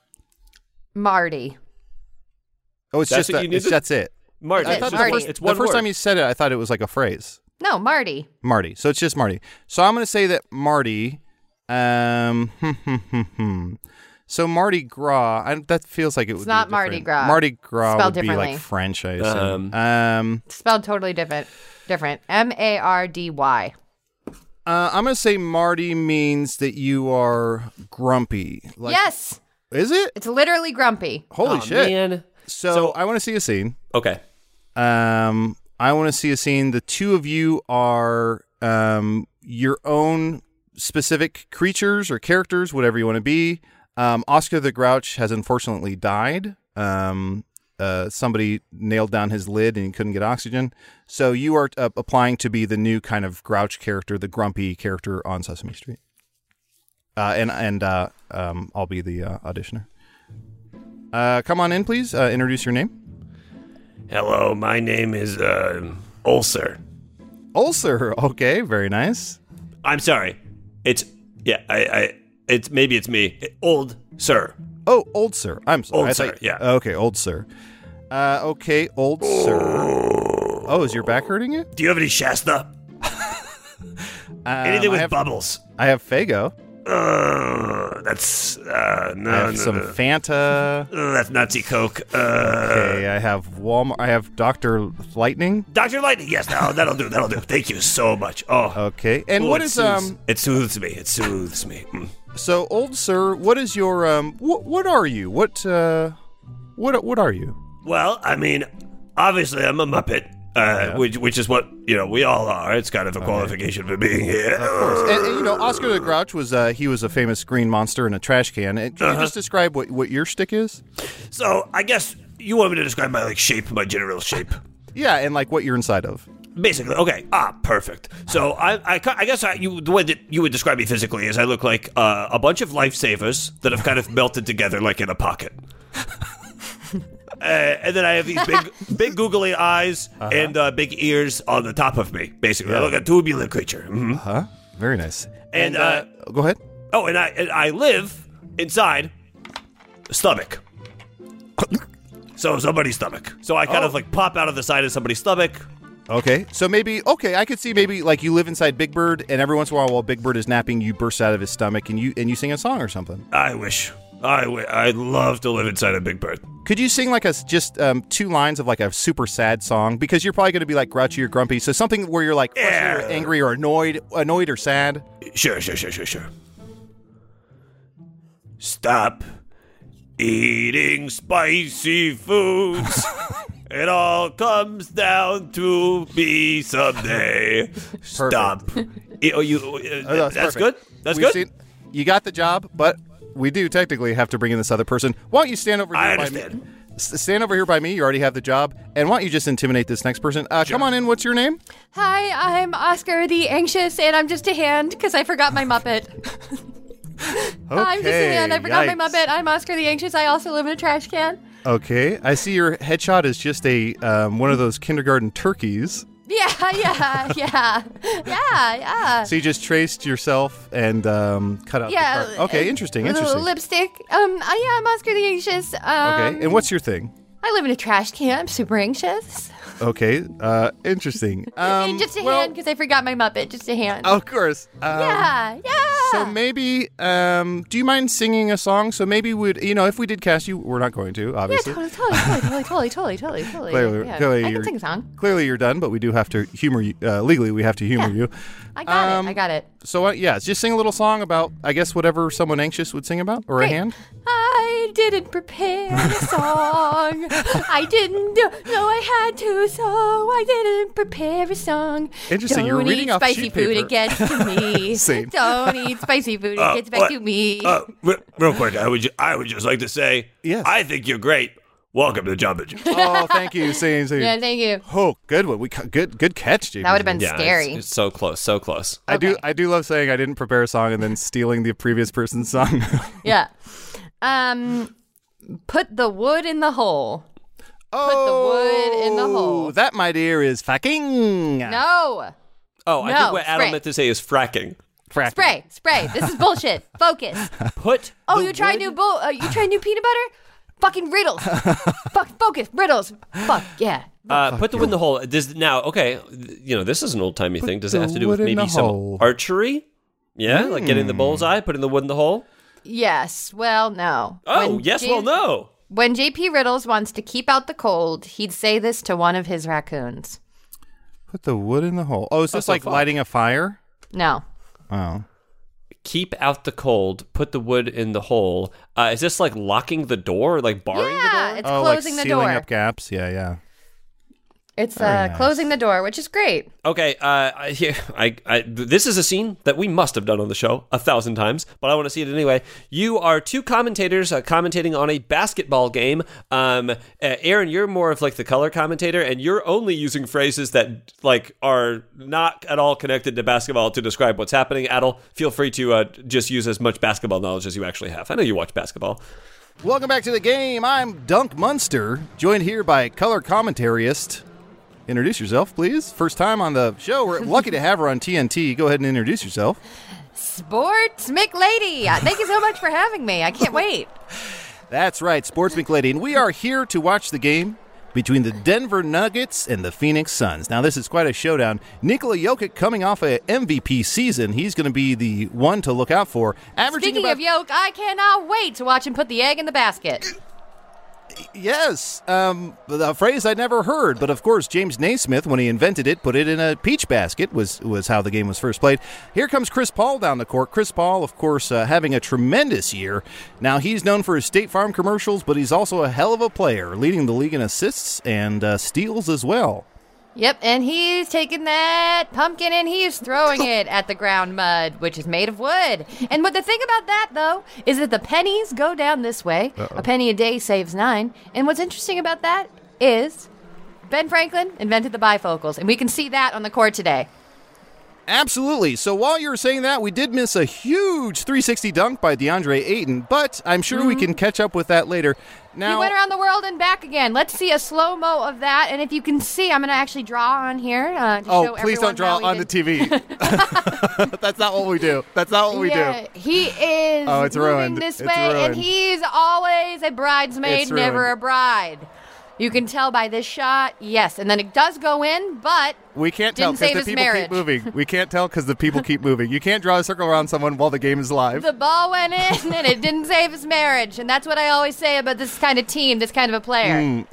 Speaker 6: Marty.
Speaker 4: Oh, it's
Speaker 5: That's
Speaker 4: just
Speaker 5: what
Speaker 4: that.
Speaker 5: you
Speaker 4: It's,
Speaker 5: needed?
Speaker 4: that's it.
Speaker 5: Marty.
Speaker 4: I
Speaker 6: It's
Speaker 4: thought the
Speaker 6: Marty.
Speaker 4: first,
Speaker 5: It's
Speaker 4: the
Speaker 5: one
Speaker 4: first
Speaker 5: word.
Speaker 4: time you said it, I thought it was like a phrase.
Speaker 6: No, Marty.
Speaker 4: Marty. So it's just Marty. So I'm going to say that Marty. Um, hmm. so Mardi Gras. I, that feels like it would. be
Speaker 6: not Mardi
Speaker 4: different.
Speaker 6: Gras.
Speaker 4: Mardi Gras
Speaker 6: Spelled
Speaker 4: would be like
Speaker 6: differently.
Speaker 4: French, I assume. Um,
Speaker 6: Spelled totally different. Different. M A R D Y.
Speaker 4: uh, I'm going to say Marty means that you are grumpy. Like,
Speaker 6: yes,
Speaker 4: Is it?
Speaker 6: it's literally grumpy.
Speaker 4: Holy
Speaker 5: Aw,
Speaker 4: shit!
Speaker 5: man.
Speaker 4: So, I want to see a scene.
Speaker 5: Okay.
Speaker 4: Um, I want to see a scene. The two of you are um, your own specific creatures or characters, whatever you want to be. Um, Oscar the Grouch has unfortunately died. Um, uh, somebody nailed down his lid and he couldn't get oxygen. So you are uh, applying to be the new kind of Grouch character, the grumpy character on Sesame Street. Uh, and and uh, um, I'll be the uh, auditioner. Uh, come on in, please. Uh, introduce your name.
Speaker 5: Hello, my name is uh, Ulcer.
Speaker 4: Ulcer. Okay, very nice.
Speaker 5: I'm sorry. It's yeah, I, I it's maybe it's me. Old sir.
Speaker 4: Oh, old sir. I'm sorry.
Speaker 5: Old
Speaker 4: I
Speaker 5: sir, yeah.
Speaker 4: Okay, old sir. Uh, okay, old sir. Oh, is your back hurting you?
Speaker 5: Do you have any Shasta?
Speaker 4: Um, I have,
Speaker 5: bubbles.
Speaker 4: I have Fago.
Speaker 5: Uh, that's uh, no,
Speaker 4: I have some Fanta.
Speaker 5: Uh, that's Nazi Coke. Uh,
Speaker 4: Okay, I have Walmart. I have Doctor Lightning.
Speaker 5: Doctor Lightning. Yes, no, that'll do. That'll do. Thank you so much. Oh,
Speaker 4: Okay, Uh, and
Speaker 5: Ooh,
Speaker 4: what
Speaker 5: it
Speaker 4: is
Speaker 5: soothes-
Speaker 4: um?
Speaker 5: It soothes me. It soothes me. Mm.
Speaker 4: So, old sir, what is your um? What what are you? What uh? What what are you?
Speaker 5: Well, I mean, obviously, I'm a Muppet, uh, which which is what you know we all are. It's kind of a qualification for being here.
Speaker 4: And, and, you know, Oscar the Grouch was uh he was a famous green monster in a trash can. And
Speaker 5: Uh-huh.
Speaker 4: can you just describe what what your stick is?
Speaker 5: So I guess you want me to describe my like shape, my general shape.
Speaker 4: Yeah, and like what you're inside of.
Speaker 5: Basically, okay. Ah, perfect. So I, I, cu- I guess I, you, the way that you would describe me physically is I look like uh, a bunch of lifesavers that have kind of melted together like in a pocket. Uh, and then I have these big, big googly eyes and uh, big ears on the top of me. Basically, I look like a tubular creature. Mhm.
Speaker 4: Very nice.
Speaker 5: And, uh,
Speaker 4: Go ahead.
Speaker 5: oh, and I, and I live inside a stomach. so somebody's stomach. So I kind of like pop out of the side of somebody's stomach.
Speaker 4: Okay. So maybe okay, I could see maybe like you live inside Big Bird and every once in a while while Big Bird is napping, you burst out of his stomach and you and you sing a song or something.
Speaker 5: I wish. I w- I'd love to live inside a big bird.
Speaker 4: Could you sing like a s- just um, two lines of like a super sad song because you're probably going to be like grouchy or grumpy? So something where you're like frustrated or angry or annoyed, annoyed or sad.
Speaker 5: Sure, sure, sure, sure, sure. Stop eating spicy foods. it all comes down to me someday. Stop. E- oh, you, uh,
Speaker 4: Oh, that's
Speaker 5: that's good.
Speaker 4: perfect.
Speaker 5: That's
Speaker 4: We've
Speaker 5: good.
Speaker 4: seen- you got the job, but we do technically have to bring in this other person. Why don't you stand over here
Speaker 5: I
Speaker 4: by me?
Speaker 5: understand.
Speaker 4: S- Stand over here by me. You already have the job. And why don't you just intimidate this next person? Uh, Come on in. What's your name?
Speaker 6: Hi, I'm Oscar the Anxious, and I'm just a hand because I forgot my Muppet. Oh, I'm just a hand. I forgot my Muppet. I'm Oscar the Anxious. I also live in a trash can.
Speaker 4: Okay, I see your headshot is just a um, one of those kindergarten turkeys.
Speaker 6: Yeah, yeah, yeah, yeah, yeah.
Speaker 4: So you just traced yourself and um, cut out. the
Speaker 6: Yeah.
Speaker 4: part. Okay,
Speaker 6: uh,
Speaker 4: interesting,
Speaker 6: with a little
Speaker 4: interesting.
Speaker 6: Lipstick. Um, uh, yeah, I'm Oscar the Anxious. Um,
Speaker 4: okay, and what's your thing?
Speaker 6: I live in a trash can. I'm super anxious.
Speaker 4: Okay, uh, interesting. Um,
Speaker 6: and just a
Speaker 4: well,
Speaker 6: hand because I forgot my Muppet. Just a hand.
Speaker 4: Of course. Um,
Speaker 6: yeah, yeah.
Speaker 4: So maybe, um, do you mind singing a song? So maybe we'd, you know, if we did cast you, we're not going to,
Speaker 6: yeah,
Speaker 4: obviously.
Speaker 6: totally, totally, totally, totally, totally, totally, totally.
Speaker 4: Clearly,
Speaker 6: yeah.
Speaker 4: clearly
Speaker 6: I can
Speaker 4: you're-
Speaker 6: sing a song.
Speaker 4: Clearly, you're done, but we do have to humor you. Uh, legally, we have to humor you.
Speaker 6: I got
Speaker 4: Um,
Speaker 6: it. I got it.
Speaker 4: So uh, yeah, just sing a little song about, I guess, whatever someone anxious would sing about, or a
Speaker 6: Great.
Speaker 4: hand.
Speaker 6: I didn't prepare a song. I didn't know I had to, so I didn't prepare a song.
Speaker 4: Interesting,
Speaker 6: Don't
Speaker 4: you were reading
Speaker 6: eat
Speaker 4: off
Speaker 6: spicy
Speaker 4: sheet
Speaker 6: food.
Speaker 4: paper.
Speaker 6: It gets to me.
Speaker 4: Same.
Speaker 6: Don't eat spicy food. It
Speaker 5: Uh,
Speaker 6: gets back
Speaker 5: what?
Speaker 6: to me.
Speaker 5: Uh, re- real quick, I would ju- I would just like to say,
Speaker 4: Yes.
Speaker 5: I think you're great. Welcome to the Jamba Juice.
Speaker 4: oh, thank you, same, same.
Speaker 6: yeah, thank you.
Speaker 4: Oh, good one. We ca- good good catch, James.
Speaker 6: That would have been
Speaker 9: Yeah,
Speaker 6: scary.
Speaker 9: It's, it's so close, so close.
Speaker 4: I do
Speaker 6: okay.
Speaker 4: I do love saying I didn't prepare a song and then stealing the previous person's song.
Speaker 6: yeah. Um, put the wood in the hole.
Speaker 4: oh,
Speaker 6: wood in the hole.
Speaker 4: That, my dear, is fucking.
Speaker 6: No.
Speaker 9: Oh, I
Speaker 6: No,
Speaker 9: think what Adam
Speaker 6: spray.
Speaker 9: meant to say is fracking.
Speaker 6: Spray, spray. This is bullshit. Focus.
Speaker 9: Put.
Speaker 6: Oh,
Speaker 9: the
Speaker 6: you try
Speaker 9: wood-
Speaker 6: new bo- uh, you try new peanut butter? Fucking riddles. Fuck focus, riddles. Fuck yeah.
Speaker 9: Uh, put the wood in the hole. Does now? Okay, th- you know this is an old timey thing. Does it
Speaker 4: the
Speaker 9: have to do
Speaker 4: wood
Speaker 9: with
Speaker 4: in the
Speaker 9: maybe some
Speaker 4: hole. Hmm.
Speaker 9: archery? Yeah, like getting the bullseye, putting the wood in the hole.
Speaker 6: Yes. Well, no.
Speaker 9: Oh,
Speaker 6: When
Speaker 9: yes,
Speaker 6: J-
Speaker 9: well, no.
Speaker 6: When JP Riddles wants to keep out the cold, he'd say this to one of his raccoons.
Speaker 4: Put the wood in the hole. Oh, is this
Speaker 9: the
Speaker 4: like
Speaker 9: fuck?
Speaker 4: lighting a fire?
Speaker 6: No.
Speaker 4: Oh.
Speaker 9: Keep out the cold. Put the wood in the hole. Uh, is this like locking the door, like barring
Speaker 6: Yeah, it's
Speaker 4: oh,
Speaker 6: closing
Speaker 4: like
Speaker 6: the
Speaker 4: sealing
Speaker 6: door.
Speaker 4: up gaps. Yeah, yeah.
Speaker 6: It's uh,
Speaker 4: Very nice.
Speaker 6: closing the door, which is great.
Speaker 9: the door? Okay. Uh, I, here- I, I, th- this is a scene that we must have done on the show a thousand times, but I want to see it anyway. You are two commentators uh, commentating on a basketball game. Um, uh, Aaron, you're more of like the color commentator, and you're only using phrases that like are not at all connected to basketball to describe what's happening. Adel, feel free to uh, just use as much basketball knowledge as you actually have. I know you watch basketball.
Speaker 4: Welcome back to the game. I'm Dunk Munster, joined here by color commentarist. Introduce yourself, please. First time on the show. We're lucky to have her on TNT. Go ahead and introduce yourself.
Speaker 6: Sports McLady. uh, Thank you so much for having me. I can't wait.
Speaker 4: That's right, Sports McLady. And we are here to watch the game between the Denver Nuggets and the Phoenix Suns. Now, this is quite a showdown. Nikola Jokic coming off a MVP season. He's going to be the one to look out for. Averaging
Speaker 6: Speaking
Speaker 4: about,
Speaker 6: of yolk, I cannot wait to watch him put the egg in the basket.
Speaker 4: Yes, um, a phrase I never heard, but of course James Naismith, when he invented it, put it in a peach basket. Was was how the game was first played. Here comes Chris Paul down the court. Chris Paul, of course, uh, having a tremendous year. Now he's known for his State Farm commercials, but he's also a hell of a player, leading the league in assists and uh, steals as well.
Speaker 6: Yep, and he's taking that pumpkin and he's throwing it at the ground mud, which is made of wood. And what the thing about that, though, is that the pennies go down this way. A penny a day saves nine. And what's interesting about that is Ben Franklin invented the bifocals, and we can see that on the court today.
Speaker 4: Absolutely. So while you were saying that, we did miss a huge 360 dunk by DeAndre Ayton, but I'm sure we can catch up with that later. Now,
Speaker 6: Mm-hmm. He went around the world and back again. Let's see a slow mo of that. And if you can see, I'm going to actually draw on here. Uh, to
Speaker 4: Oh,
Speaker 6: show
Speaker 4: please don't
Speaker 6: everyone how
Speaker 4: draw
Speaker 6: we
Speaker 4: on
Speaker 6: did-
Speaker 4: the TV. That's not what we do. That's not what we do.
Speaker 6: yeah, He is
Speaker 4: Oh, it's
Speaker 6: moving
Speaker 4: ruined.
Speaker 6: this
Speaker 4: It's
Speaker 6: way,
Speaker 4: ruined.
Speaker 6: and he's always a bridesmaid,
Speaker 4: It's
Speaker 6: never
Speaker 4: ruined.
Speaker 6: a bride. You can tell by this shot, yes. And then it does go in, but
Speaker 4: We can't tell
Speaker 6: Didn't
Speaker 4: because
Speaker 6: save
Speaker 4: the
Speaker 6: his
Speaker 4: people
Speaker 6: marriage.
Speaker 4: keep moving. We can't tell because the people keep moving. You can't draw a circle around someone while the game is live.
Speaker 6: the ball went in and it didn't save his marriage. And that's what I always say about this kind of team, this kind of a player.
Speaker 4: Mm.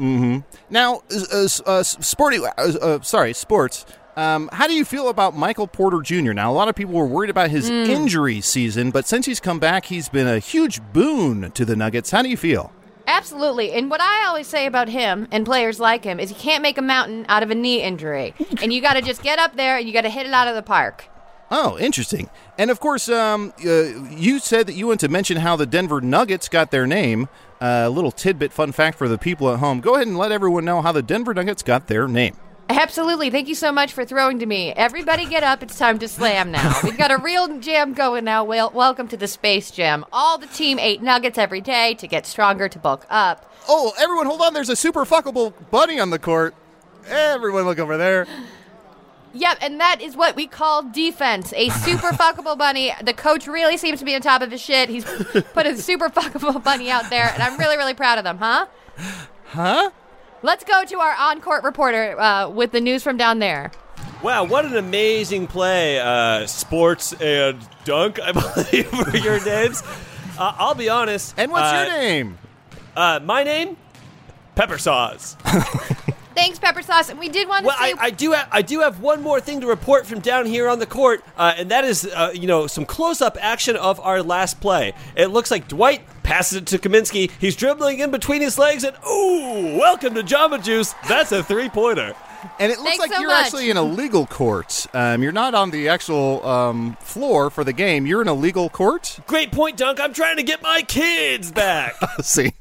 Speaker 4: Now, uh, s- uh, s- sporty, uh, uh, sorry, sports. Um, how do you feel about Michael Porter Jr.? Now, a lot of people were worried about his
Speaker 6: Mm.
Speaker 4: injury season, but since he's come back, he's been a huge boon to the Nuggets. How do you feel?
Speaker 6: Absolutely. And what I always say about him and players like him is you can't make a mountain out of a knee injury. And you got to just get up there and you got to hit it out of the park.
Speaker 4: Oh, interesting. And of course, um, uh, you said that you wanted to mention how the Denver Nuggets got their name. A little tidbit, fun fact for the people at home. Go ahead and let everyone know how the Denver Nuggets got their name.
Speaker 6: Absolutely. Thank you so much for throwing to me. Everybody get up. It's time to slam now. We've got a real jam going now. Wel- welcome to the Space Jam. All the team ate nuggets every day to get stronger, to bulk up.
Speaker 4: Oh, everyone, hold on. There's a super fuckable bunny on the court. Everyone, look over there.
Speaker 6: Yep, and that is what we call defense. A super fuckable bunny. The coach really seems to be on top of his shit. He's put a super fuckable bunny out there, and I'm really, really proud of them, huh? Huh? Let's go to our on court reporter uh, with the news from down there.
Speaker 5: Wow, what an amazing play, uh, sports and dunk, I believe, were your names. Uh, I'll be honest.
Speaker 4: And what's
Speaker 5: uh,
Speaker 4: your name?
Speaker 5: Uh, my name? Pepper Sauce.
Speaker 6: Thanks, Pepper Sauce. And we did want to
Speaker 5: Well,
Speaker 6: say.
Speaker 5: I, I do have I do have one more thing to report from down here on the court, uh, and that is uh, you know some close up action of our last play. It looks like Dwight passes it to Kaminsky. He's dribbling in between his legs, and ooh, welcome to Jamba Juice. That's a three pointer.
Speaker 4: And it looks
Speaker 6: Thanks
Speaker 4: like
Speaker 6: so
Speaker 4: you're
Speaker 6: much.
Speaker 4: actually in a legal court. Um, you're not on the actual um, floor for the game. You're in a legal court
Speaker 5: Great point, Dunk. I'm trying to get my kids back.
Speaker 4: scene,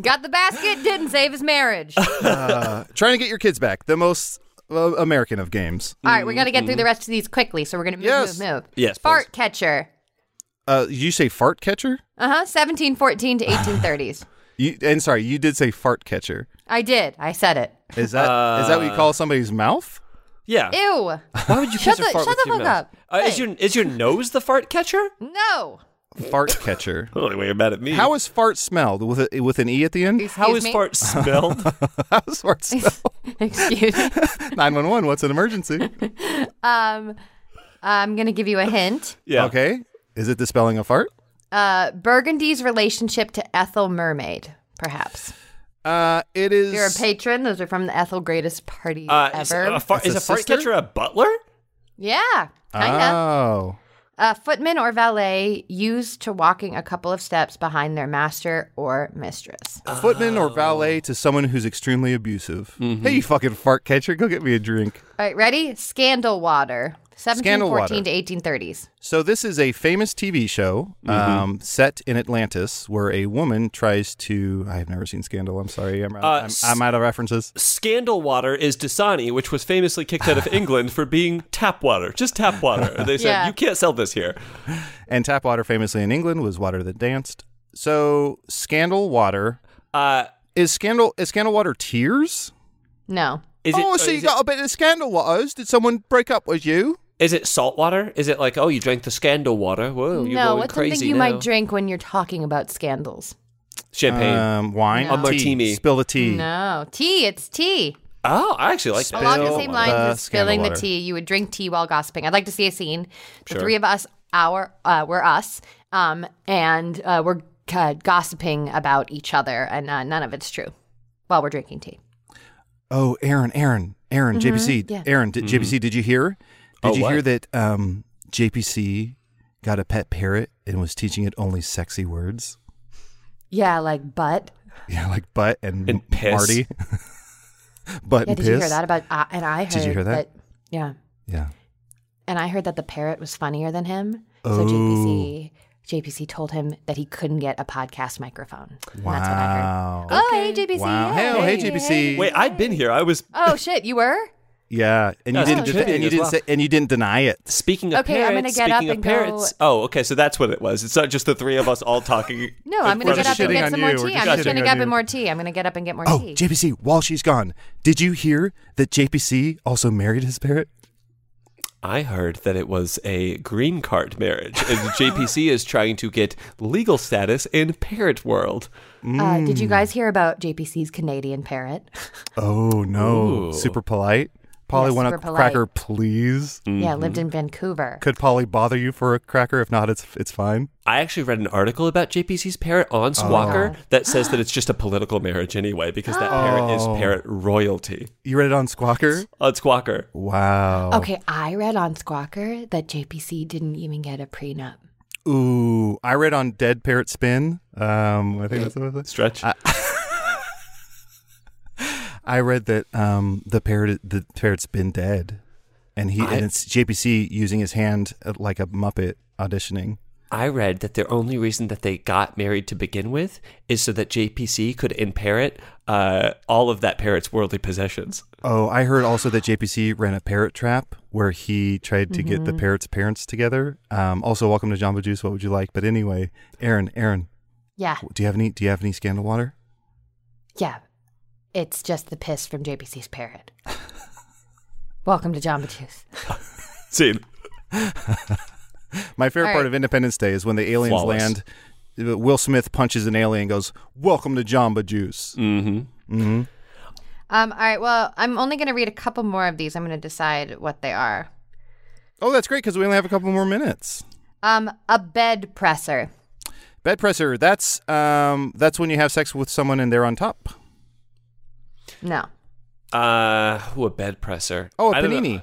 Speaker 6: Got the basket, didn't save his marriage. All
Speaker 4: trying to get your kids back. The most uh, American of games.
Speaker 6: right, we're going to get through the rest of these quickly, so we're going to move,
Speaker 4: Yes.
Speaker 6: move, move.
Speaker 5: Mm-hmm. Yes,
Speaker 6: Fart catcher.
Speaker 4: Uh, you say fart catcher?
Speaker 6: Uh huh. 1714 to 1830s.
Speaker 4: You, and sorry, you did say fart catcher.
Speaker 6: I did. I said it.
Speaker 4: Is that is that what you call somebody's mouth?
Speaker 5: Yeah.
Speaker 6: Ew.
Speaker 5: Why would you
Speaker 6: Shut
Speaker 5: kiss a
Speaker 6: the-
Speaker 5: fart
Speaker 6: shut
Speaker 5: with
Speaker 6: the
Speaker 5: your
Speaker 6: fuck
Speaker 5: mouth?
Speaker 6: up.
Speaker 5: Uh, is
Speaker 6: Hey.
Speaker 5: your is your nose the fart catcher?
Speaker 6: No.
Speaker 4: Fart catcher.
Speaker 5: Oh, anyway, you're mad at me.
Speaker 4: How is fart smelled with a, with an e at the end?
Speaker 6: Excuse
Speaker 5: how is
Speaker 6: me?
Speaker 5: fart smelled?
Speaker 4: How is fart smelled?
Speaker 6: Excuse me.
Speaker 4: Nine one one. What's an emergency?
Speaker 6: Um, I'm going to give you a hint.
Speaker 5: yeah.
Speaker 4: Okay. Is it the spelling of fart?
Speaker 6: Uh, Burgundy's relationship to Ethel Mermaid, perhaps.
Speaker 4: Uh, it is.
Speaker 6: You're a patron. Those are from the Ethel Greatest Party
Speaker 5: Uh, is,
Speaker 6: Ever.
Speaker 5: a fart,
Speaker 4: That's
Speaker 5: is
Speaker 4: a
Speaker 5: a fart
Speaker 4: sister?
Speaker 5: catcher a butler?
Speaker 6: yeah, kind of.
Speaker 5: Ah.
Speaker 4: Oh.
Speaker 6: A footman or valet used to walking a couple of steps behind their master or mistress.
Speaker 4: footman or valet to someone who's extremely abusive. Hey, you fucking fart catcher, go get me a drink.
Speaker 6: All right, ready? Scandal water. 1714
Speaker 4: water.
Speaker 6: to 1830s.
Speaker 4: So this is a famous TV show um, set in Atlantis where a woman tries to. I have never seen Scandal. I'm sorry, I'm, I'm,
Speaker 5: s-
Speaker 4: I'm out of references.
Speaker 5: Scandal water is Dasani, which was famously kicked out of England for being tap water, just tap water. And They said
Speaker 6: Yeah.
Speaker 5: you can't sell this here.
Speaker 4: And tap water, famously in England, was water that danced. So Scandal water
Speaker 5: Uh,
Speaker 4: is Scandal is Scandal water tears?
Speaker 6: No.
Speaker 5: is
Speaker 4: oh,
Speaker 5: it, uh,
Speaker 4: so you
Speaker 5: is,
Speaker 4: got
Speaker 5: it,
Speaker 4: a bit of Scandal waters? Did someone break up with you?
Speaker 5: is it salt water? Is it like oh you drank the scandal water?
Speaker 4: Oh,
Speaker 5: Whoa, you're
Speaker 6: no,
Speaker 5: going
Speaker 6: what's
Speaker 5: crazy
Speaker 6: something you
Speaker 5: now.
Speaker 6: might drink when you're talking about scandals?
Speaker 5: Champagne.
Speaker 4: Um, wine,
Speaker 5: No. A
Speaker 4: Tea.
Speaker 5: martini.
Speaker 4: Spill the tea.
Speaker 6: Mm, No. Tea, it's tea.
Speaker 5: oh, I actually like that.
Speaker 4: Spill
Speaker 6: Along the same lines
Speaker 4: the
Speaker 6: as spilling
Speaker 4: scandal
Speaker 6: the
Speaker 4: water.
Speaker 6: tea, you would drink tea while gossiping. I'd like to see a scene. The three of us, our, uh, we're us, um, and uh, we're uh, gossiping about each other, and uh, none of it's true while we're drinking tea.
Speaker 4: Oh, Aaron, Aaron, Aaron, JPC,
Speaker 6: Mm-hmm. yeah.
Speaker 4: Aaron, did, JPC, did you hear? Did
Speaker 5: Mm-hmm. Oh,
Speaker 4: you
Speaker 5: what?
Speaker 4: hear that um, JPC got a pet parrot and was teaching it only sexy words?
Speaker 6: Yeah, like butt.
Speaker 4: Yeah, like butt and,
Speaker 5: And piss.
Speaker 4: Marty. butt and
Speaker 6: Yeah, did
Speaker 4: piss.
Speaker 6: you hear that about? Uh, and I heard.
Speaker 4: Did you hear that?
Speaker 6: Yeah,
Speaker 4: Yeah.
Speaker 6: and I heard that the parrot was funnier than him.
Speaker 4: Oh.
Speaker 6: So JPC, JPC told him that he couldn't get a podcast microphone. And That's what I heard.
Speaker 4: Wow.
Speaker 6: Oh, hey JPC.
Speaker 4: Wow.
Speaker 6: yeah,
Speaker 4: Hey, hey, JPC.
Speaker 5: Wait, I've been here. I was
Speaker 6: Oh shit, you were.
Speaker 4: Yeah, and you
Speaker 5: That's
Speaker 4: didn't,
Speaker 5: not
Speaker 4: def-
Speaker 5: cheating
Speaker 4: and you
Speaker 5: as
Speaker 4: didn't
Speaker 5: well.
Speaker 4: say, and you didn't deny it.
Speaker 5: speaking of
Speaker 6: Okay,
Speaker 5: parrots.
Speaker 6: I'm gonna get
Speaker 5: speaking
Speaker 6: up
Speaker 5: of
Speaker 6: and go-
Speaker 5: parrots. Oh, okay, so that's what it was. It's not just the three of us all talking.
Speaker 6: No, I'm gonna
Speaker 4: we're
Speaker 6: get
Speaker 4: just
Speaker 6: up and
Speaker 4: shitting
Speaker 6: get
Speaker 4: on
Speaker 6: some
Speaker 4: you.
Speaker 6: more
Speaker 4: We're
Speaker 6: tea.
Speaker 4: just
Speaker 6: I'm just
Speaker 4: shitting
Speaker 6: gonna
Speaker 4: on
Speaker 6: get up
Speaker 4: you.
Speaker 6: and more tea. I'm gonna get up and get more
Speaker 4: Oh,
Speaker 6: tea.
Speaker 4: JPC, while she's gone, did you hear that JPC also married his parrot?
Speaker 5: I heard that it was a green card marriage, and JPC is trying to get legal status in Parrot World.
Speaker 6: Uh, did
Speaker 4: Mm.
Speaker 6: you guys hear about JPC's Canadian parrot?
Speaker 4: Oh no,
Speaker 5: Ooh.
Speaker 4: super polite. Polly,
Speaker 6: Yeah,
Speaker 4: want a
Speaker 6: super polite.
Speaker 4: cracker, please?
Speaker 6: Yeah, lived
Speaker 4: Mm-hmm.
Speaker 6: in Vancouver.
Speaker 4: Could Polly bother you for a cracker? If not, it's it's fine.
Speaker 5: I actually read an article about JPC's parrot on
Speaker 6: Oh.
Speaker 5: Squawker that says that it's just a political marriage anyway, because that parrot
Speaker 6: Oh.
Speaker 5: is parrot royalty
Speaker 4: You read it on Squawker.
Speaker 5: on Squawker.
Speaker 4: Wow.
Speaker 6: Okay, I read on Squawker that JPC didn't even get a prenup.
Speaker 4: Ooh, I read on Dead Parrot Spin. Um, I think that's what it was.
Speaker 5: Stretch.
Speaker 4: I read that um, the parrot the parrot's been dead, and he
Speaker 5: I-
Speaker 4: and it's JPC using his hand uh, like a muppet auditioning.
Speaker 5: I read that the only reason that they got married to begin with is so that JPC could inherit uh, all of that parrot's worldly possessions.
Speaker 4: Oh, I heard also that JPC ran a parrot trap where he tried to get
Speaker 5: Mm-hmm.
Speaker 4: the parrot's parents together. Um, also, welcome to Jamba Juice. What would you like? But anyway, Aaron, Aaron,
Speaker 6: Yeah,
Speaker 4: do you have any? Do you have any scandal water?
Speaker 6: yeah. It's just the piss from JPC's parrot. Welcome to Jamba Juice.
Speaker 5: See,
Speaker 4: My favorite
Speaker 6: All
Speaker 4: part
Speaker 6: right.
Speaker 4: of Independence Day is when the aliens
Speaker 5: Flawless.
Speaker 4: land. uh, Will Smith punches an alien and goes, "Welcome to Jamba Juice."
Speaker 5: Mm. Mm-hmm.
Speaker 6: Um, all right, well, I'm only going to read a couple more of these. I'm going to decide what they are.
Speaker 4: Oh, that's great because we only have a couple more minutes.
Speaker 6: Um, a bed presser.
Speaker 4: Bed presser. That's um, that's when you have sex with someone and they're on top.
Speaker 6: No.
Speaker 5: uh, who a bed presser?
Speaker 4: Oh, a
Speaker 5: I don't know.
Speaker 4: panini.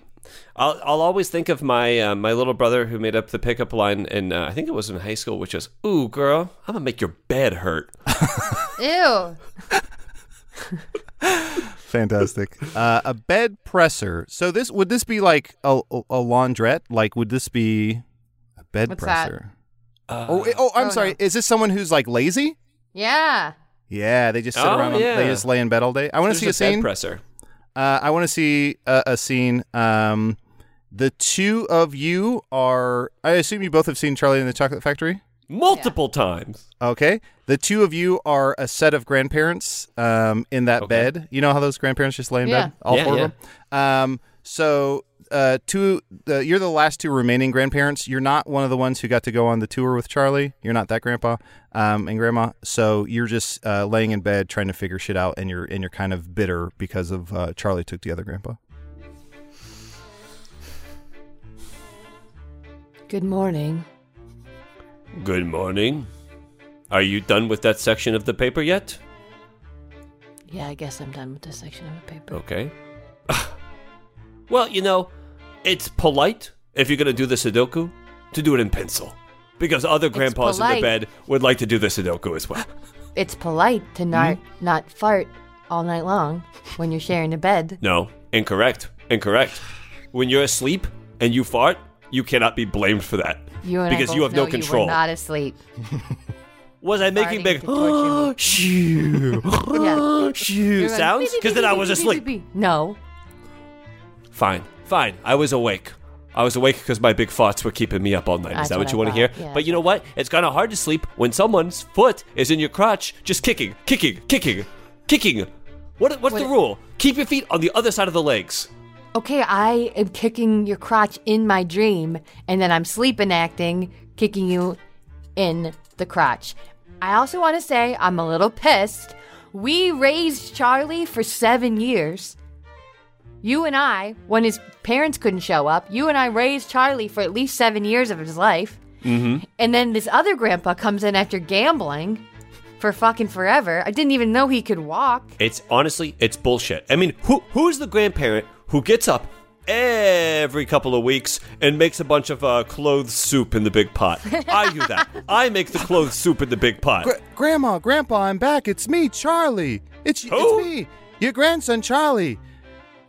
Speaker 5: I'll, I'll always think of my uh, my little brother who made up the pickup line, and uh, I think it was in high school, which was, "Ooh, girl, I'm gonna make your bed hurt."
Speaker 6: Ew.
Speaker 4: Fantastic. uh, a bed presser. So this would this be like a, a a laundrette? Like would this be a bed
Speaker 6: What's that?
Speaker 4: presser?
Speaker 5: Uh,
Speaker 4: oh, eh, oh, I'm
Speaker 6: Oh,
Speaker 4: sorry. Is this someone who's like lazy?
Speaker 6: Yeah.
Speaker 4: Yeah, they just sit
Speaker 5: Oh,
Speaker 4: around. on-
Speaker 5: yeah.
Speaker 4: They just lay in bed all day. I want to
Speaker 5: There's
Speaker 4: see a,
Speaker 5: bed
Speaker 4: scene.
Speaker 5: presser.
Speaker 4: Uh, I want to see a, a scene. Um, the two of you are. I assume you both have seen Charlie and the Chocolate Factory.
Speaker 5: multiple times.
Speaker 4: Okay. The two of you are a set of grandparents um, in that bed. You know how those grandparents just lay in
Speaker 6: Yeah.
Speaker 4: bed, all
Speaker 5: Yeah,
Speaker 4: four
Speaker 5: yeah.
Speaker 4: of them. Um, so uh, two, the, you're the last two remaining grandparents. You're not one of the ones who got to go on the tour with Charlie. You're not that grandpa um, and grandma. So you're just uh, laying in bed trying to figure shit out, and you're and you're kind of bitter because of uh, Charlie took the other grandpa.
Speaker 6: Good morning.
Speaker 5: Good morning. Are you done with that section of the paper yet?
Speaker 6: Yeah, I guess I'm done with this section of the paper.
Speaker 5: Okay. well, you know, it's polite if you're going to do the Sudoku to do it in pencil. Because other grandpas in the
Speaker 6: polite.
Speaker 5: bed would like to do the Sudoku as well.
Speaker 6: It's polite to
Speaker 5: Hmm?
Speaker 6: not not fart all night long when you're sharing a bed.
Speaker 5: No, incorrect. Incorrect. When you're asleep and you fart, you cannot be blamed for that.
Speaker 6: You and I
Speaker 5: because you
Speaker 6: both
Speaker 5: have no
Speaker 6: know were
Speaker 5: control.
Speaker 6: not asleep.
Speaker 5: was I making
Speaker 6: farting
Speaker 5: big
Speaker 6: to torture me.
Speaker 5: shoo,
Speaker 6: Yeah.
Speaker 5: shoo
Speaker 6: You're going,
Speaker 5: sounds?
Speaker 6: "Beep, beep,
Speaker 5: Because then
Speaker 6: beep,
Speaker 5: I
Speaker 6: beep,
Speaker 5: was
Speaker 6: beep, beep,
Speaker 5: asleep.
Speaker 6: beep, beep." No.
Speaker 5: Fine, fine. I was awake. I was awake because my big thoughts were keeping me up all night. Is
Speaker 6: That's
Speaker 5: that
Speaker 6: what
Speaker 5: what you
Speaker 6: I
Speaker 5: want to
Speaker 6: thought.
Speaker 5: hear?
Speaker 6: Yeah,
Speaker 5: but
Speaker 6: that's
Speaker 5: you know what? It's kind of hard to sleep when someone's foot is in your crotch, just kicking, kicking, kicking, kicking. What, what's the rule? Keep your feet on the other side of the legs.
Speaker 6: Okay, I am kicking your crotch in my dream, and then I'm sleep enacting, kicking you in the crotch. I also want to say I'm a little pissed. We raised Charlie for seven years. You and I, when his parents couldn't show up, you and I raised Charlie for at least seven years of his life. Mm-hmm. And then this other grandpa comes in after gambling for fucking forever. I didn't even know he could walk.
Speaker 5: It's honestly, it's bullshit. I mean, who who's the grandparent who gets up every couple of weeks and makes a bunch of uh, clothes soup in the big pot? I do that. I make the clothes soup in the big pot.
Speaker 4: Gra- Grandma, Grandpa, I'm back. It's me, Charlie. It's,
Speaker 5: Who?
Speaker 4: it's me, your grandson, Charlie.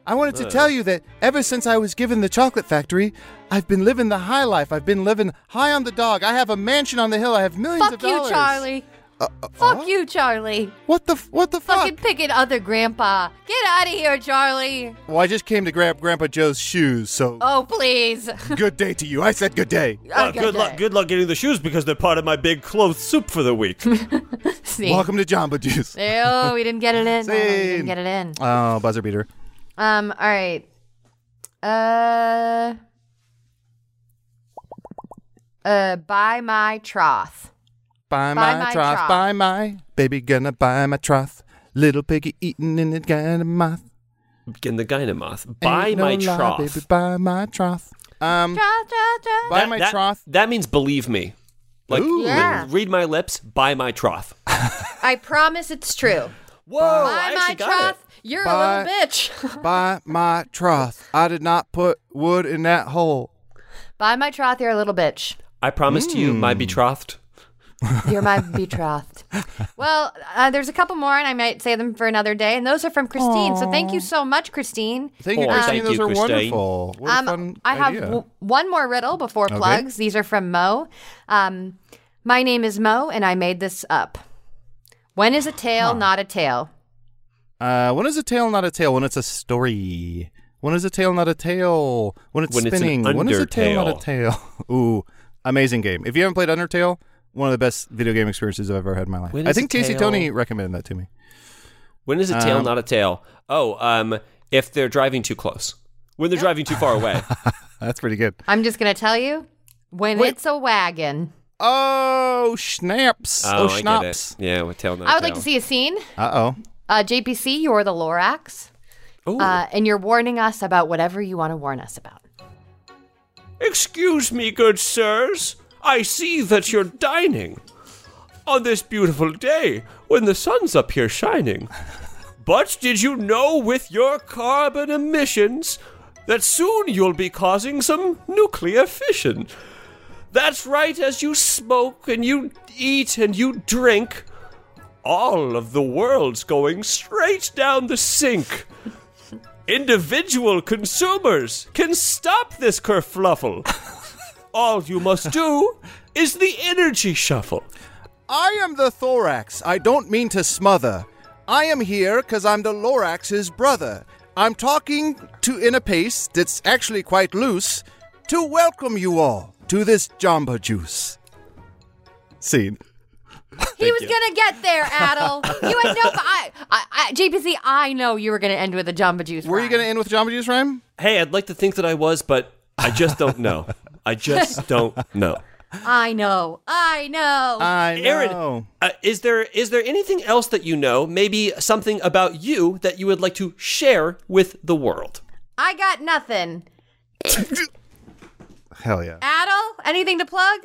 Speaker 4: I wanted to tell you that ever since I was given the chocolate factory, I've been living the high life. I've been living high on the dog. I have a mansion on the hill. I have millions of
Speaker 6: Fuck you,
Speaker 4: dollars. Uh,
Speaker 6: Charlie. Fuck you, Charlie.
Speaker 4: What the f- what the fuck?
Speaker 6: Fucking pick an other grandpa. Get out of here, Charlie.
Speaker 4: well, I just came to grab Grandpa Joe's shoes, so
Speaker 6: Oh, please.
Speaker 4: good day to you. I said good day.
Speaker 5: Uh, good luck. Good luck getting the shoes because they're part of my big clothes soup for the week.
Speaker 6: See.
Speaker 4: Welcome to Jamba Juice.
Speaker 6: Oh, we didn't get it in. Oh, we
Speaker 4: Scene.
Speaker 6: didn't get it in.
Speaker 4: Oh, buzzer beater.
Speaker 6: Um. All right. Uh. Uh, buy my troth.
Speaker 4: Buy,
Speaker 6: Buy
Speaker 4: my,
Speaker 6: my
Speaker 4: troth,
Speaker 6: troth.
Speaker 4: buy my baby, gonna buy my troth. Little piggy eating in the dynamoth.
Speaker 5: Getting the Gynemoth. Buy
Speaker 4: Ain't no
Speaker 5: my
Speaker 4: lie,
Speaker 5: troth.
Speaker 4: baby, buy my troth. Um,
Speaker 6: Troth, troth, troth.
Speaker 4: buy
Speaker 5: That-
Speaker 4: my
Speaker 5: that-
Speaker 4: troth.
Speaker 5: That means believe me. Like,
Speaker 4: Ooh.
Speaker 6: Yeah.
Speaker 5: read my lips, buy my troth.
Speaker 6: I promise it's true.
Speaker 5: Whoa,
Speaker 6: buy my troth. You're
Speaker 4: Buy-
Speaker 6: a little bitch.
Speaker 4: Buy my troth. I did not put wood in that hole.
Speaker 6: buy my troth. You're a little bitch.
Speaker 5: I promised you
Speaker 4: Hmm.
Speaker 5: my betrothed.
Speaker 6: You're my betrothed. Well, uh, there's a couple more, and I might say them for another day. And those are from Christine. So thank you so much, Christine.
Speaker 4: Thank you,
Speaker 5: Oh,
Speaker 4: Christine.
Speaker 5: thank
Speaker 4: Those
Speaker 5: you,
Speaker 4: are
Speaker 5: Christine.
Speaker 4: wonderful. What a fun
Speaker 6: Um, I have
Speaker 4: idea.
Speaker 6: w- one more riddle before plugs. These are from Mo. Um, my name is Mo, and I made this up. When is a tale not a tale?
Speaker 4: Uh, when is a tail not a tail? When it's a story. When is a tail not a tail? When it's
Speaker 5: When it's an
Speaker 4: spinning. when is a tail not a
Speaker 5: Undertale.
Speaker 4: tail? Ooh, amazing game. If you haven't played Undertale, one of the best video game experiences I've ever had in my life.
Speaker 5: When
Speaker 4: I
Speaker 5: is
Speaker 4: think
Speaker 5: a
Speaker 4: Casey
Speaker 5: tail-
Speaker 4: Tony recommended that to me.
Speaker 5: When is a tail
Speaker 4: Um,
Speaker 5: not a tail? Oh, um, if they're driving too close. When they're driving too far away.
Speaker 4: That's pretty good.
Speaker 6: I'm just gonna tell you. When it's a wagon.
Speaker 4: Oh, snaps.
Speaker 5: Oh,
Speaker 4: oh,
Speaker 5: I get
Speaker 4: schnapps.
Speaker 5: it. Yeah, with tail not
Speaker 6: I
Speaker 5: a
Speaker 6: would like
Speaker 5: tail.
Speaker 6: to see a scene.
Speaker 4: Uh oh.
Speaker 6: Uh, JPC, you're the Lorax,
Speaker 5: Ooh.
Speaker 6: uh, and you're warning us about whatever you want to warn us about.
Speaker 5: Excuse me, good sirs. I see that you're dining on this beautiful day when the sun's up here shining. But did you know with your carbon emissions that soon you'll be causing some nuclear fission? That's right, as you smoke and you eat and you drink, all of the world's going straight down the sink. Individual consumers can stop this kerfluffle. All you must do is the energy shuffle.
Speaker 4: I am the thorax. I don't mean to smother. I am here because I'm the Lorax's brother. I'm talking to in a pace that's actually quite loose to welcome you all to this Jamba Juice. Scene.
Speaker 6: he was gonna get there, Adel. you ain't no. I, I, I, JPC, I know you were gonna end with a Jamba Juice.
Speaker 4: Were you
Speaker 6: rhyme.
Speaker 4: going to end with Jamba Juice rhyme?
Speaker 5: Hey, I'd like to think that I was, but I just don't know. I just don't know.
Speaker 6: I know. I know.
Speaker 4: I
Speaker 5: Aaron, uh, is there is there anything else that you know? Maybe something about you that you would like to share with the world?
Speaker 6: I got nothing.
Speaker 4: Hell yeah.
Speaker 6: Adel, anything to plug?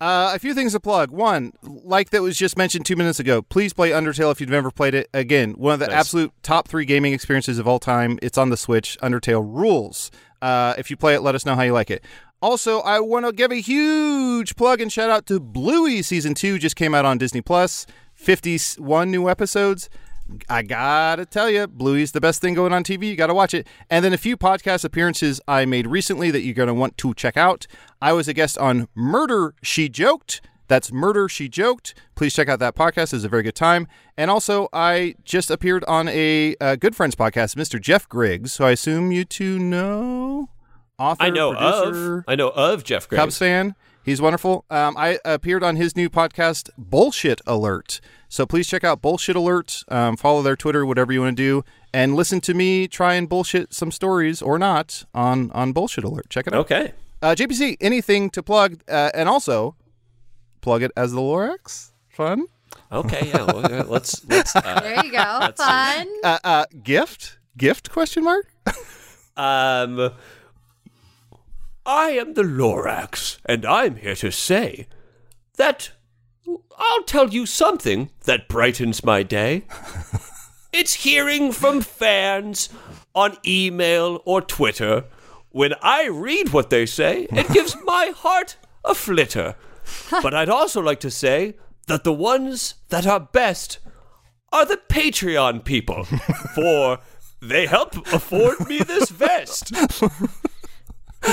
Speaker 4: Uh, a few things to plug. One, like that was just mentioned two minutes ago, please play Undertale if you've never played it. Again, one of the absolute top three gaming experiences of all time. It's on the Switch. Undertale rules. Uh, if you play it, let us know how you like it. Also, I want to give a huge plug and shout out to Bluey Season 2 just came out on Disney Plus. 51 new episodes. I gotta tell you, Bluey's the best thing going on TV. You gotta watch it. And then a few podcast appearances I made recently that you're gonna want to check out. I was a guest on Murder She Joked. That's Murder She Joked. Please check out that podcast. It's a very good time. And also, I just appeared on a, uh good friends podcast, Mr. Jeff Griggs. So I assume you two know author,
Speaker 5: I know
Speaker 4: producer,
Speaker 5: of I know of Jeff Graves.
Speaker 4: Cubs fan. He's wonderful. Um, I appeared on his new podcast, Bullshit Alert. So please check out Bullshit Alert. Um, follow their Twitter, whatever you want to do, and listen to me try and bullshit some stories or not on on Bullshit Alert. Check it out.
Speaker 5: Okay.
Speaker 4: Uh, JPC, anything to plug, uh, and also plug it as the Lorax. Fun
Speaker 5: Okay. Yeah. Well, yeah, let's let's. Uh,
Speaker 6: There you go. Fun.
Speaker 4: uh, uh, gift gift question mark.
Speaker 5: Um, I am the Lorax, and I'm here to say that I'll tell you something that brightens my day. it's hearing from fans on email or Twitter. When I read what they say, it gives my heart a flitter. But I'd also like to say that the ones that are best are the Patreon people, for they help afford me this vest.
Speaker 6: He's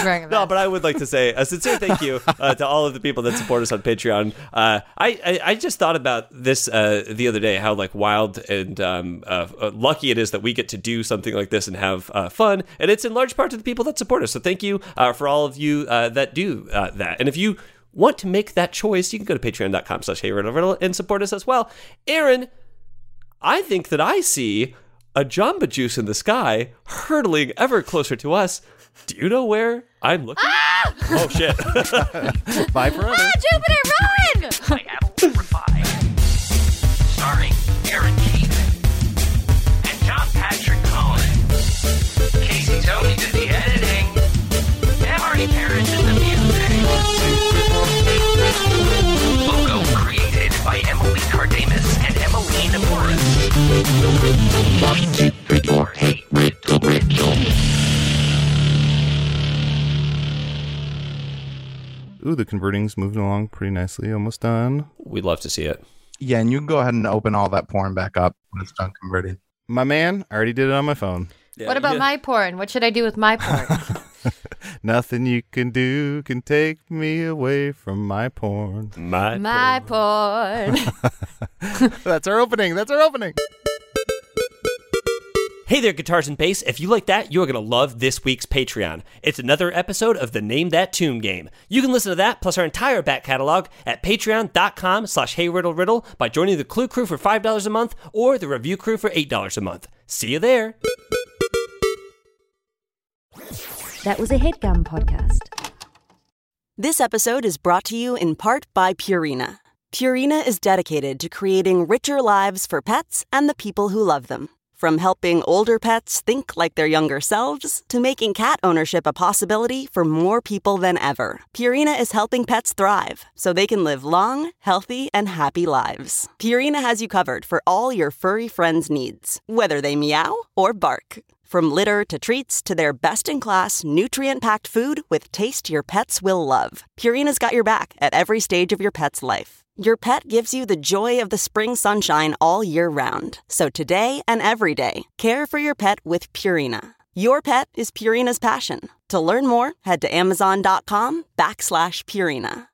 Speaker 6: wearing a
Speaker 5: No,
Speaker 6: vest.
Speaker 5: but I would like to say a sincere thank you uh, to all of the people that support us on Patreon. Uh, I, I I just thought about this uh, the other day, how like wild and um, uh, uh, lucky it is that we get to do something like this and have uh, fun, and it's in large part to the people that support us. So thank you uh, for all of you uh, that do uh, that, and if you want to make that choice, you can go to patreon.com slash hey riddle riddle and support us as well. Aaron, I think that I see a Jamba Juice in the sky hurtling ever closer to us. Do you know where I'm looking? Oh shit!
Speaker 4: Bye forever.
Speaker 6: Ah, Jupiter, run!
Speaker 3: I have a five. Starring Aaron Keith and John Patrick Cohen. Casey Tony did the editing. And Marty Parrish did the music. Logo created by Emily Cardamus and Emily Namoris.
Speaker 4: Ooh, the converting's moving along pretty nicely. Almost done.
Speaker 5: We'd love to see it.
Speaker 10: Yeah, and you can go ahead and open all that porn back up when it's done converting.
Speaker 4: My man, I already did it on my phone.
Speaker 6: what about my porn? What should I do with my porn?
Speaker 4: Nothing you can do can take me away from my porn.
Speaker 5: my
Speaker 6: my porn.
Speaker 4: That's our opening. That's our opening.
Speaker 5: Hey there, guitars and bass. If you like that, you are going to love this week's Patreon. It's another episode of the Name That Tune game. You can listen to that plus our entire back catalog at patreon.com slash heyriddleriddle by joining the Clue Crew for $5 a month or the Review Crew for $8 a month. See you there.
Speaker 1: That was a headgum podcast.
Speaker 2: This episode is brought to you in part by Purina. Purina is dedicated to creating richer lives for pets and the people who love them. From helping older pets think like their younger selves to making cat ownership a possibility for more people than ever, Purina is helping pets thrive so they can live long, healthy, and happy lives. Purina has you covered for all your furry friends' needs, whether they meow or bark. From litter to treats to their best in class, nutrient packed food with taste your pets will love. Purina's got your back at every stage of your pet's life. Your pet gives you the joy of the spring sunshine all year round. So today and every day, care for your pet with Purina. Your pet is Purina's passion. To learn more, head to amazon.com backslash Purina.